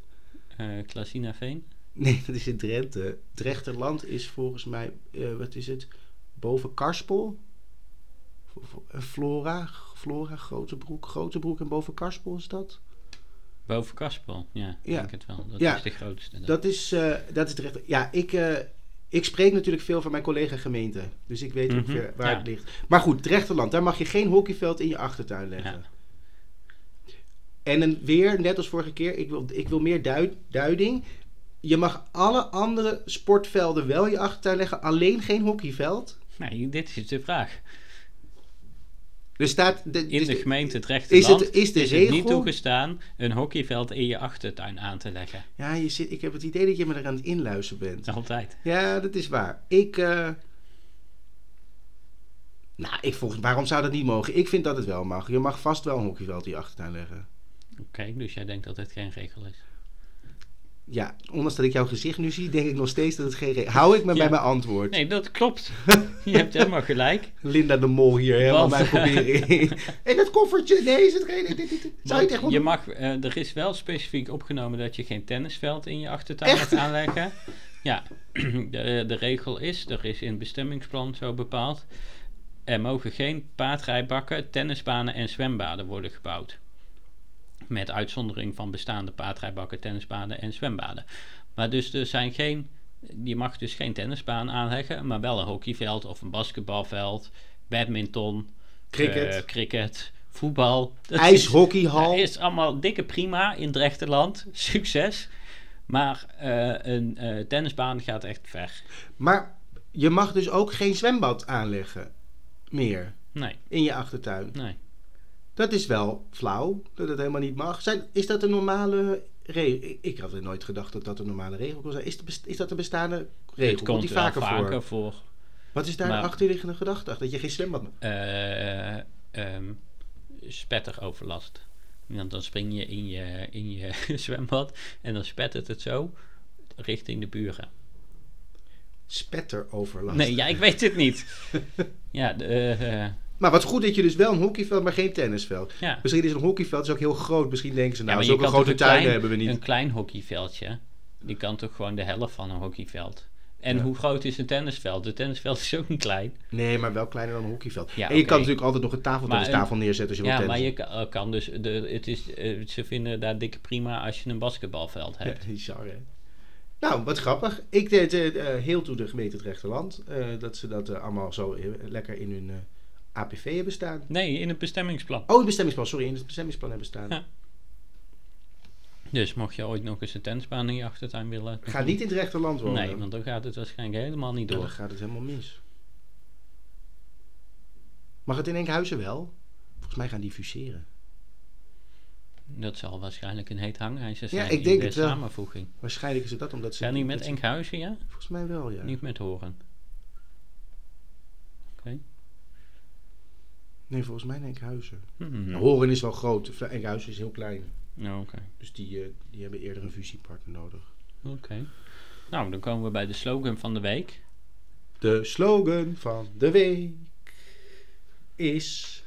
Speaker 1: eh, Klazinaveen.
Speaker 2: <laughs> Nee, dat is in Drenthe. Drechterland is volgens mij, eh, wat is het? Boven Karspel? V- v- eh, Flora, Flora, Grotebroek. Grotebroek en boven Karspel is dat?
Speaker 1: Boven Kaspel. Ja, ik
Speaker 2: Ja.
Speaker 1: denk het wel. Dat
Speaker 2: Ja.
Speaker 1: is de grootste. dan.
Speaker 2: Dat is, eh dat is Drechter. Ja, ik, eh, ik spreek natuurlijk veel van mijn collega gemeente. Dus ik weet
Speaker 1: Mhm,
Speaker 2: ongeveer waar
Speaker 1: ja.
Speaker 2: het ligt. Maar goed, Drechterland, daar mag je geen hockeyveld in je achtertuin leggen. En een, weer, net als vorige keer, ik wil, ik wil meer duid- duiding. Je mag alle andere sportvelden wel in je achtertuin leggen, alleen geen hockeyveld.
Speaker 1: Nou, dit is de vraag.
Speaker 2: Er staat. De,
Speaker 1: In
Speaker 2: dus
Speaker 1: de
Speaker 2: de-
Speaker 1: gemeente Drechterland
Speaker 2: is,
Speaker 1: is
Speaker 2: het,
Speaker 1: het,
Speaker 2: is de regel.
Speaker 1: niet toegestaan een hockeyveld in je achtertuin aan te leggen.
Speaker 2: ja, je zit, ik heb het idee dat je me er aan het inluisteren bent.
Speaker 1: Altijd.
Speaker 2: Ja, dat is waar. Ik. eh, nou, ik volgens, waarom zou dat niet mogen? Ik vind dat het wel mag. Je mag vast wel een hockeyveld in je achtertuin leggen.
Speaker 1: Oké, dus jij denkt dat het geen regel is.
Speaker 2: Ja, ondanks dat ik jouw gezicht nu zie, denk ik nog steeds dat het geen... re- Hou ik me bij
Speaker 1: Ja.
Speaker 2: mijn antwoord.
Speaker 1: Nee, dat
Speaker 2: <laughs>
Speaker 1: klopt. Je hebt helemaal gelijk.
Speaker 2: Linda de Mol hier helemaal
Speaker 1: Want- <laughs>
Speaker 2: mij proberen. en dat koffertje, nee, is het geen... Dit, dit, dit. Zou je het echt wel
Speaker 1: je mag, eh, er is wel specifiek opgenomen dat je geen tennisveld in je achtertuin
Speaker 2: Echt?
Speaker 1: mag aanleggen. <laughs> Ja, <clears throat> de, de regel is, er is in het bestemmingsplan zo bepaald, er mogen geen paardrijbakken, tennisbanen en zwembaden worden gebouwd. Met uitzondering van bestaande paardrijbakken, tennisbanen en zwembaden. Maar dus er zijn geen, je mag dus geen tennisbaan aanleggen, maar wel een hockeyveld of een basketbalveld, badminton,
Speaker 2: Cricket.
Speaker 1: eh, cricket voetbal. Dat is-
Speaker 2: ijshockeyhal?
Speaker 1: dat is allemaal dikke prima in het rechterland. <laughs> Succes. Maar eh, een eh, tennisbaan gaat echt ver.
Speaker 2: Maar je mag dus ook geen zwembad aanleggen meer
Speaker 1: Nee,
Speaker 2: in je achtertuin.
Speaker 1: nee.
Speaker 2: Dat is wel flauw, dat het helemaal niet mag. Zijn, is dat een normale regel? Ik, ik had er nooit gedacht dat dat een normale regel kon zijn. Is, de best- is dat een bestaande regel?
Speaker 1: Het komt
Speaker 2: die
Speaker 1: wel
Speaker 2: vaker, voor?
Speaker 1: voor.
Speaker 2: Wat is daar
Speaker 1: maar-
Speaker 2: de achterliggende gedachte achter? Dat je geen zwembad mag?
Speaker 1: eh, ehm, spetteroverlast. Want dan spring je in je, in je <laughs> zwembad en dan spettert het zo richting de buren.
Speaker 2: Spetteroverlast.
Speaker 1: Nee, ja, ik weet het niet. <laughs> ja, de, eh, eh,
Speaker 2: Maar wat goed dat je dus wel een hockeyveld, maar geen tennisveld.
Speaker 1: ja.
Speaker 2: Misschien is een hockeyveld dus ook heel groot. Misschien denken ze,
Speaker 1: Ja,
Speaker 2: nou,
Speaker 1: maar je
Speaker 2: zulke
Speaker 1: kan
Speaker 2: grote
Speaker 1: toch een
Speaker 2: tuinen
Speaker 1: klein-
Speaker 2: hebben we niet.
Speaker 1: Een klein hockeyveldje, die kan toch gewoon de helft van een hockeyveld. En
Speaker 2: Ja.
Speaker 1: hoe groot is een tennisveld? Een tennisveld is ook niet klein.
Speaker 2: Nee, maar wel kleiner dan een hockeyveld.
Speaker 1: Ja,
Speaker 2: en je
Speaker 1: oké.
Speaker 2: kan natuurlijk altijd nog een tafel
Speaker 1: Maar
Speaker 2: tennis tafel neerzetten als je
Speaker 1: ja,
Speaker 2: wilt
Speaker 1: maar
Speaker 2: tennissen.
Speaker 1: je ka- eh, kan dus... De, het is, eh, ze vinden daar dikke prima als je een basketbalveld hebt.
Speaker 2: Ja, bizar, hè? Nou, wat grappig. Ik deed eh, eh, heel toe de gemeente het Rechterland. eh, dat ze dat eh, allemaal zo eh, lekker in hun eh, APV hebben staan.
Speaker 1: Nee, in het bestemmingsplan.
Speaker 2: Oh, het bestemmingsplan. Sorry, in het bestemmingsplan hebben staan.
Speaker 1: Ja. Dus mocht je ooit nog eens een tennisbaan in je achtertuin willen...
Speaker 2: Ga niet in het Rechterland wonen.
Speaker 1: Nee, want dan gaat het waarschijnlijk helemaal niet
Speaker 2: Dan
Speaker 1: door.
Speaker 2: gaat het helemaal mis. Mag het in Enkhuizen wel? Volgens mij gaan die fuseren.
Speaker 1: Dat zal waarschijnlijk een heet hangijzer zijn
Speaker 2: ik denk
Speaker 1: in de
Speaker 2: het wel.
Speaker 1: samenvoeging.
Speaker 2: Waarschijnlijk is het dat omdat ze...
Speaker 1: Zijn die met
Speaker 2: dat ze-
Speaker 1: Enkhuizen, ja?
Speaker 2: Volgens mij wel, ja.
Speaker 1: Niet met Horen. Oké.
Speaker 2: Nee, volgens mij in Enkhuizen.
Speaker 1: Hmm.
Speaker 2: Horen is wel groot. Vla- Enkhuizen is heel klein.
Speaker 1: Ja, Oké.
Speaker 2: Dus die, eh, die hebben eerder een fusiepartner nodig.
Speaker 1: Oké. Nou, dan komen we bij de slogan van de week.
Speaker 2: De slogan van de week is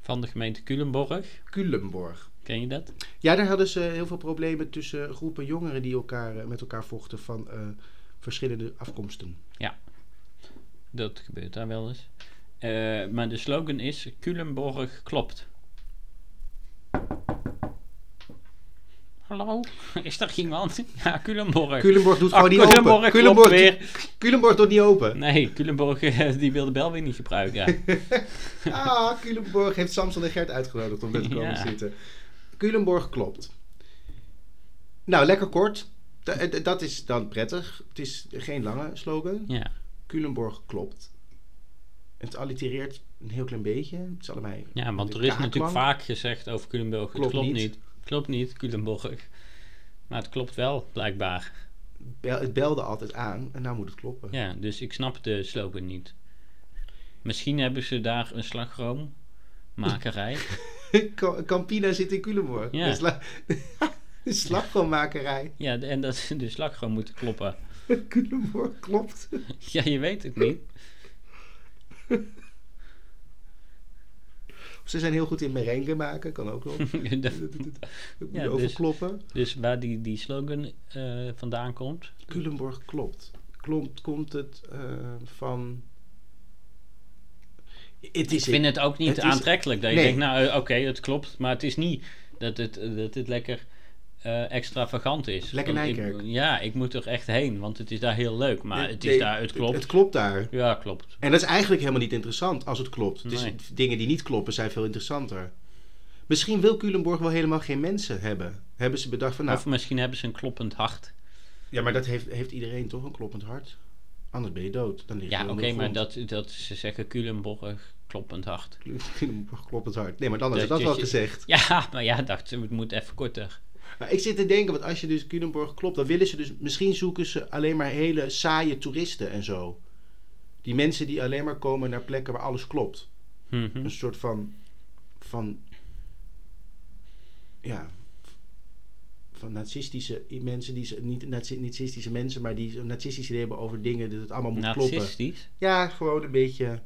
Speaker 1: Van de gemeente Culemborg.
Speaker 2: Culemborg.
Speaker 1: Ken je dat?
Speaker 2: Ja, daar hadden ze heel veel problemen tussen groepen jongeren die elkaar, eh, met elkaar vochten van eh, verschillende afkomsten.
Speaker 1: Dat gebeurt daar wel eens. Eh, maar de slogan is: Culemborg klopt. Hallo? <laughs> Is er iemand? <laughs> Ja, Culemborg.
Speaker 2: Culemborg doet
Speaker 1: Ah,
Speaker 2: gewoon niet
Speaker 1: Culemborg
Speaker 2: open.
Speaker 1: klopt weer.
Speaker 2: Culemborg doet niet open.
Speaker 1: Nee, Culemborg <laughs> eh, die wil de bel weer niet
Speaker 2: <laughs>
Speaker 1: gebruiken.
Speaker 2: Ah, Culemborg heeft Samson en Gert uitgenodigd om er te komen
Speaker 1: Ja.
Speaker 2: zitten. Culemborg klopt. Nou, lekker kort. Da- eh, d- Dat is dan prettig. Het is geen lange slogan.
Speaker 1: ja,
Speaker 2: Culemborg klopt. Het allitereert een heel klein beetje. Het is allebei.
Speaker 1: ja, want
Speaker 2: de
Speaker 1: er is
Speaker 2: K-klank.
Speaker 1: natuurlijk vaak gezegd over Culemborg:
Speaker 2: Klopt
Speaker 1: het klopt
Speaker 2: niet.
Speaker 1: niet. Klopt niet, Culemborg. Maar het klopt wel, blijkbaar.
Speaker 2: Bel- het belde altijd aan en nou moet het kloppen. <laughs>
Speaker 1: Ja, dus ik snap de slogan niet. Misschien hebben ze daar een
Speaker 2: <laughs>
Speaker 1: slagroommakerij.
Speaker 2: Ka- Campina zit in Culemborg. Dus
Speaker 1: Ja.
Speaker 2: De, sla <laughs> de
Speaker 1: <laughs>
Speaker 2: slagroommakerij.
Speaker 1: Ja, de- en dat ze de slag gewoon moeten kloppen. <laughs>
Speaker 2: Culemborg klopt.
Speaker 1: Ja, je weet het niet. <laughs>
Speaker 2: Ze zijn heel goed in merengue maken, kan
Speaker 1: <laughs>
Speaker 2: ook nog.
Speaker 1: Dat-
Speaker 2: Dat moet
Speaker 1: Ja, dus-
Speaker 2: overkloppen.
Speaker 1: dus waar die, die slogan eh, vandaan komt.
Speaker 2: Culemborg klopt. Klomt, komt het eh, van. Het
Speaker 1: Ik
Speaker 2: is
Speaker 1: vind het ook niet
Speaker 2: het is-
Speaker 1: aantrekkelijk. Dat je
Speaker 2: Nee.
Speaker 1: denkt, nou eh, oké, het klopt. Maar het is niet dat het, dat het lekker eh, extravagant is.
Speaker 2: Lekker
Speaker 1: Want ik-
Speaker 2: Nijkerk.
Speaker 1: Ja, ik moet er echt heen. Want het is daar heel leuk. Maar het is
Speaker 2: Nee,
Speaker 1: daar, het klopt.
Speaker 2: Het klopt daar.
Speaker 1: ja, klopt.
Speaker 2: En dat is eigenlijk helemaal niet interessant als het klopt. Het is-
Speaker 1: Nee.
Speaker 2: dingen die niet kloppen zijn veel interessanter. Misschien wil Culemborg wel helemaal geen mensen hebben. Hebben ze bedacht van nou.
Speaker 1: Of misschien hebben ze een kloppend hart.
Speaker 2: Ja, maar dat heeft, heeft iedereen toch een kloppend hart? Anders ben je dood. Dan lig je
Speaker 1: Ja, oké,
Speaker 2: onder de
Speaker 1: maar
Speaker 2: grond.
Speaker 1: dat, dat ze zeggen Culemborg kloppend hart. <laughs>
Speaker 2: Culemborg kloppend hart. Nee, maar dan is
Speaker 1: Dat
Speaker 2: dat
Speaker 1: je-
Speaker 2: wel gezegd.
Speaker 1: Ja, maar ja, dacht ze, het moet even korter.
Speaker 2: Maar ik zit te denken, want als je dus Culemborg klopt, dan willen ze dus... Misschien zoeken ze alleen maar hele saaie toeristen en zo. Die mensen die alleen maar komen naar plekken waar alles klopt.
Speaker 1: Mhm.
Speaker 2: Een soort van... van ja... van nazistische mensen, die ze, niet nazi- nazistische mensen, maar die zo'n nazistisch idee hebben over dingen, dat het allemaal moet kloppen.
Speaker 1: Narcistisch?
Speaker 2: Ja, gewoon een beetje,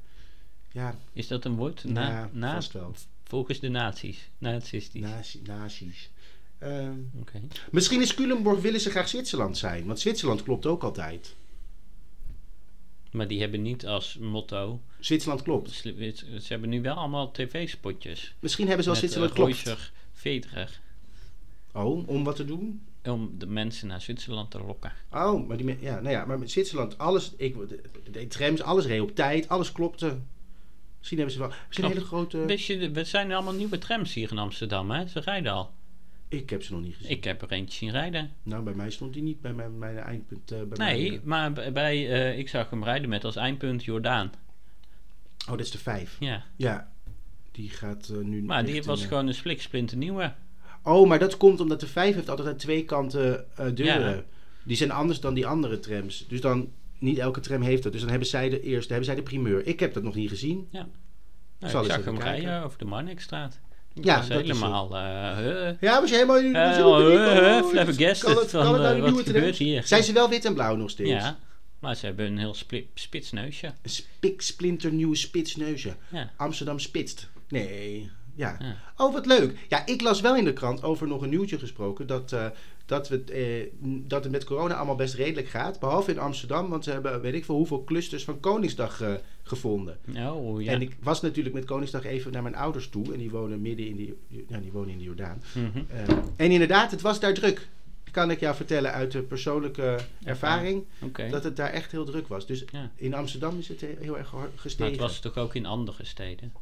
Speaker 2: ja,
Speaker 1: Is dat een woord? Na,
Speaker 2: ja,
Speaker 1: na-
Speaker 2: vast wel.
Speaker 1: volgens de nazi's. Narcistisch.
Speaker 2: Nazi, nazi's. Ehm,
Speaker 1: Oké.
Speaker 2: misschien is Culemborg willen ze graag Zwitserland zijn, want Zwitserland klopt ook altijd.
Speaker 1: Maar die hebben niet als motto.
Speaker 2: Zwitserland klopt.
Speaker 1: Ze ze hebben nu wel allemaal tv-spotjes.
Speaker 2: Misschien hebben ze wel
Speaker 1: Met,
Speaker 2: Zwitserland
Speaker 1: eh,
Speaker 2: klopt.
Speaker 1: Reusser, Federer.
Speaker 2: Oh, om wat te doen?
Speaker 1: Om de mensen naar Zwitserland te lokken.
Speaker 2: Oh, maar die men- ja, nou ja, maar met Zwitserland, alles, ik, de, de trams, alles reed op tijd, alles klopte. Misschien hebben ze wel, misschien een
Speaker 1: Snap-
Speaker 2: hele grote,
Speaker 1: Wist je, de- we zijn allemaal nieuwe trams hier in Amsterdam, hè? Ze rijden al.
Speaker 2: ik heb ze nog niet gezien.
Speaker 1: Ik heb er eentje zien rijden.
Speaker 2: Nou, bij mij stond die niet bij mijn, mijn eindpunt. eh, bij
Speaker 1: Nee,
Speaker 2: mijn,
Speaker 1: maar b- bij, eh, ik zag hem rijden met als eindpunt Jordaan.
Speaker 2: eh, oh, dat is de vijf.
Speaker 1: Ja.
Speaker 2: Ja, die gaat eh, nu...
Speaker 1: Maar die
Speaker 2: richting,
Speaker 1: was
Speaker 2: eh,
Speaker 1: gewoon een Nou, spliksplinter nieuwe.
Speaker 2: Oh, maar dat komt omdat de vijf heeft altijd aan twee kanten eh, deuren.
Speaker 1: Ja.
Speaker 2: Die zijn anders dan die andere trams. Dus dan, niet elke tram heeft dat. Dus dan hebben zij de eerste, hebben zij de primeur. Ik heb dat nog niet gezien.
Speaker 1: Nou,
Speaker 2: Zal
Speaker 1: ik
Speaker 2: eens
Speaker 1: zag
Speaker 2: even
Speaker 1: hem
Speaker 2: kijken.
Speaker 1: rijden over de Marnixstraat. Ik
Speaker 2: Ja,
Speaker 1: was
Speaker 2: dat is
Speaker 1: helemaal... eh, huh.
Speaker 2: Ja, was je helemaal... in
Speaker 1: Eh, oh, eh, flabbergasted van,
Speaker 2: nou
Speaker 1: eh, wat gebeurt hier?
Speaker 2: Zijn ze wel wit en blauw nog steeds?
Speaker 1: Ja, maar ze hebben een heel spli- spits neusje.
Speaker 2: Een spik, splinternieuwe spitsneuzen.
Speaker 1: Ja.
Speaker 2: Amsterdam spitst. Nee. Ja.
Speaker 1: Ja.
Speaker 2: Oh, wat leuk. Ja, ik las wel in de krant over nog een nieuwtje gesproken. Dat, eh, dat, we, eh, m, dat het met corona allemaal best redelijk gaat. Behalve in Amsterdam, want ze hebben weet ik veel hoeveel clusters van Koningsdag eh, gevonden.
Speaker 1: Oh, ja.
Speaker 2: En ik was natuurlijk met Koningsdag even naar mijn ouders toe. En die wonen midden in de, ja, die wonen in de Jordaan.
Speaker 1: Mhm.
Speaker 2: Eh, en inderdaad, het was daar druk. Kan ik jou vertellen uit de persoonlijke ervaring.
Speaker 1: Oké.
Speaker 2: Dat het daar echt heel druk was. Dus
Speaker 1: Ja.
Speaker 2: in Amsterdam is het he- heel erg hard
Speaker 1: Maar
Speaker 2: gestegen.
Speaker 1: Nou, het was toch ook in andere steden?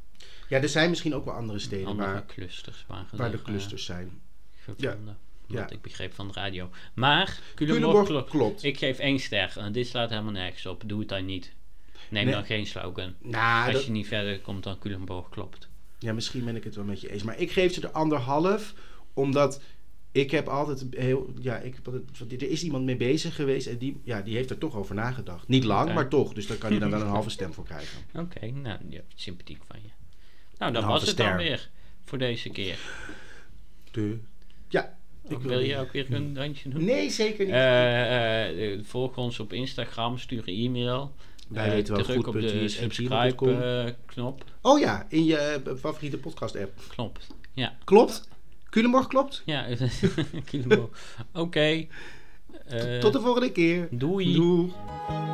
Speaker 2: Ja, er zijn misschien ook wel andere steden
Speaker 1: andere
Speaker 2: waar,
Speaker 1: clusters waren
Speaker 2: waar de
Speaker 1: er, eh,
Speaker 2: clusters zijn.
Speaker 1: gevonden.
Speaker 2: Ja.
Speaker 1: Wat ik begreep van de radio. Maar, Culemborg
Speaker 2: Culemborg
Speaker 1: klopt.
Speaker 2: klopt.
Speaker 1: Ik geef één ster. En dit slaat helemaal nergens op. Doe het dan niet. Neem
Speaker 2: Nee.
Speaker 1: dan geen slogan.
Speaker 2: Nou,
Speaker 1: Als
Speaker 2: dat-
Speaker 1: je niet verder komt dan Culemborg klopt.
Speaker 2: ja, misschien ben ik het wel met je eens. Maar ik geef ze de anderhalf, omdat ik heb altijd heel... Ja, ik heb altijd, van, er is iemand mee bezig geweest en die, ja, die heeft er toch over nagedacht. Niet lang,
Speaker 1: Ja.
Speaker 2: maar toch. Dus daar kan je dan wel
Speaker 1: <laughs>
Speaker 2: een halve stem voor krijgen.
Speaker 1: Oké, nou, ja, sympathiek van je. Nou,
Speaker 2: Een
Speaker 1: dat
Speaker 2: halve
Speaker 1: was het
Speaker 2: ster.
Speaker 1: dan weer. Voor deze keer.
Speaker 2: De, ja,
Speaker 1: Ik wil je ook weer een dansje doen?
Speaker 2: Nee, zeker niet.
Speaker 1: Eh, eh, volg ons op Instagram, stuur een e-mail.
Speaker 2: Wij
Speaker 1: Eh,
Speaker 2: weten wel
Speaker 1: Druk
Speaker 2: goed
Speaker 1: op
Speaker 2: punt wie
Speaker 1: de eh,
Speaker 2: is en gmail.com.
Speaker 1: subscribe-knop.
Speaker 2: oh ja, in je eh, favoriete podcast-app.
Speaker 1: knop. Ja,
Speaker 2: Klopt? Culemborg klopt?
Speaker 1: ja. <laughs> Culemborg. Oké. Eh,
Speaker 2: Tot de volgende keer.
Speaker 1: doei.
Speaker 2: Doeg.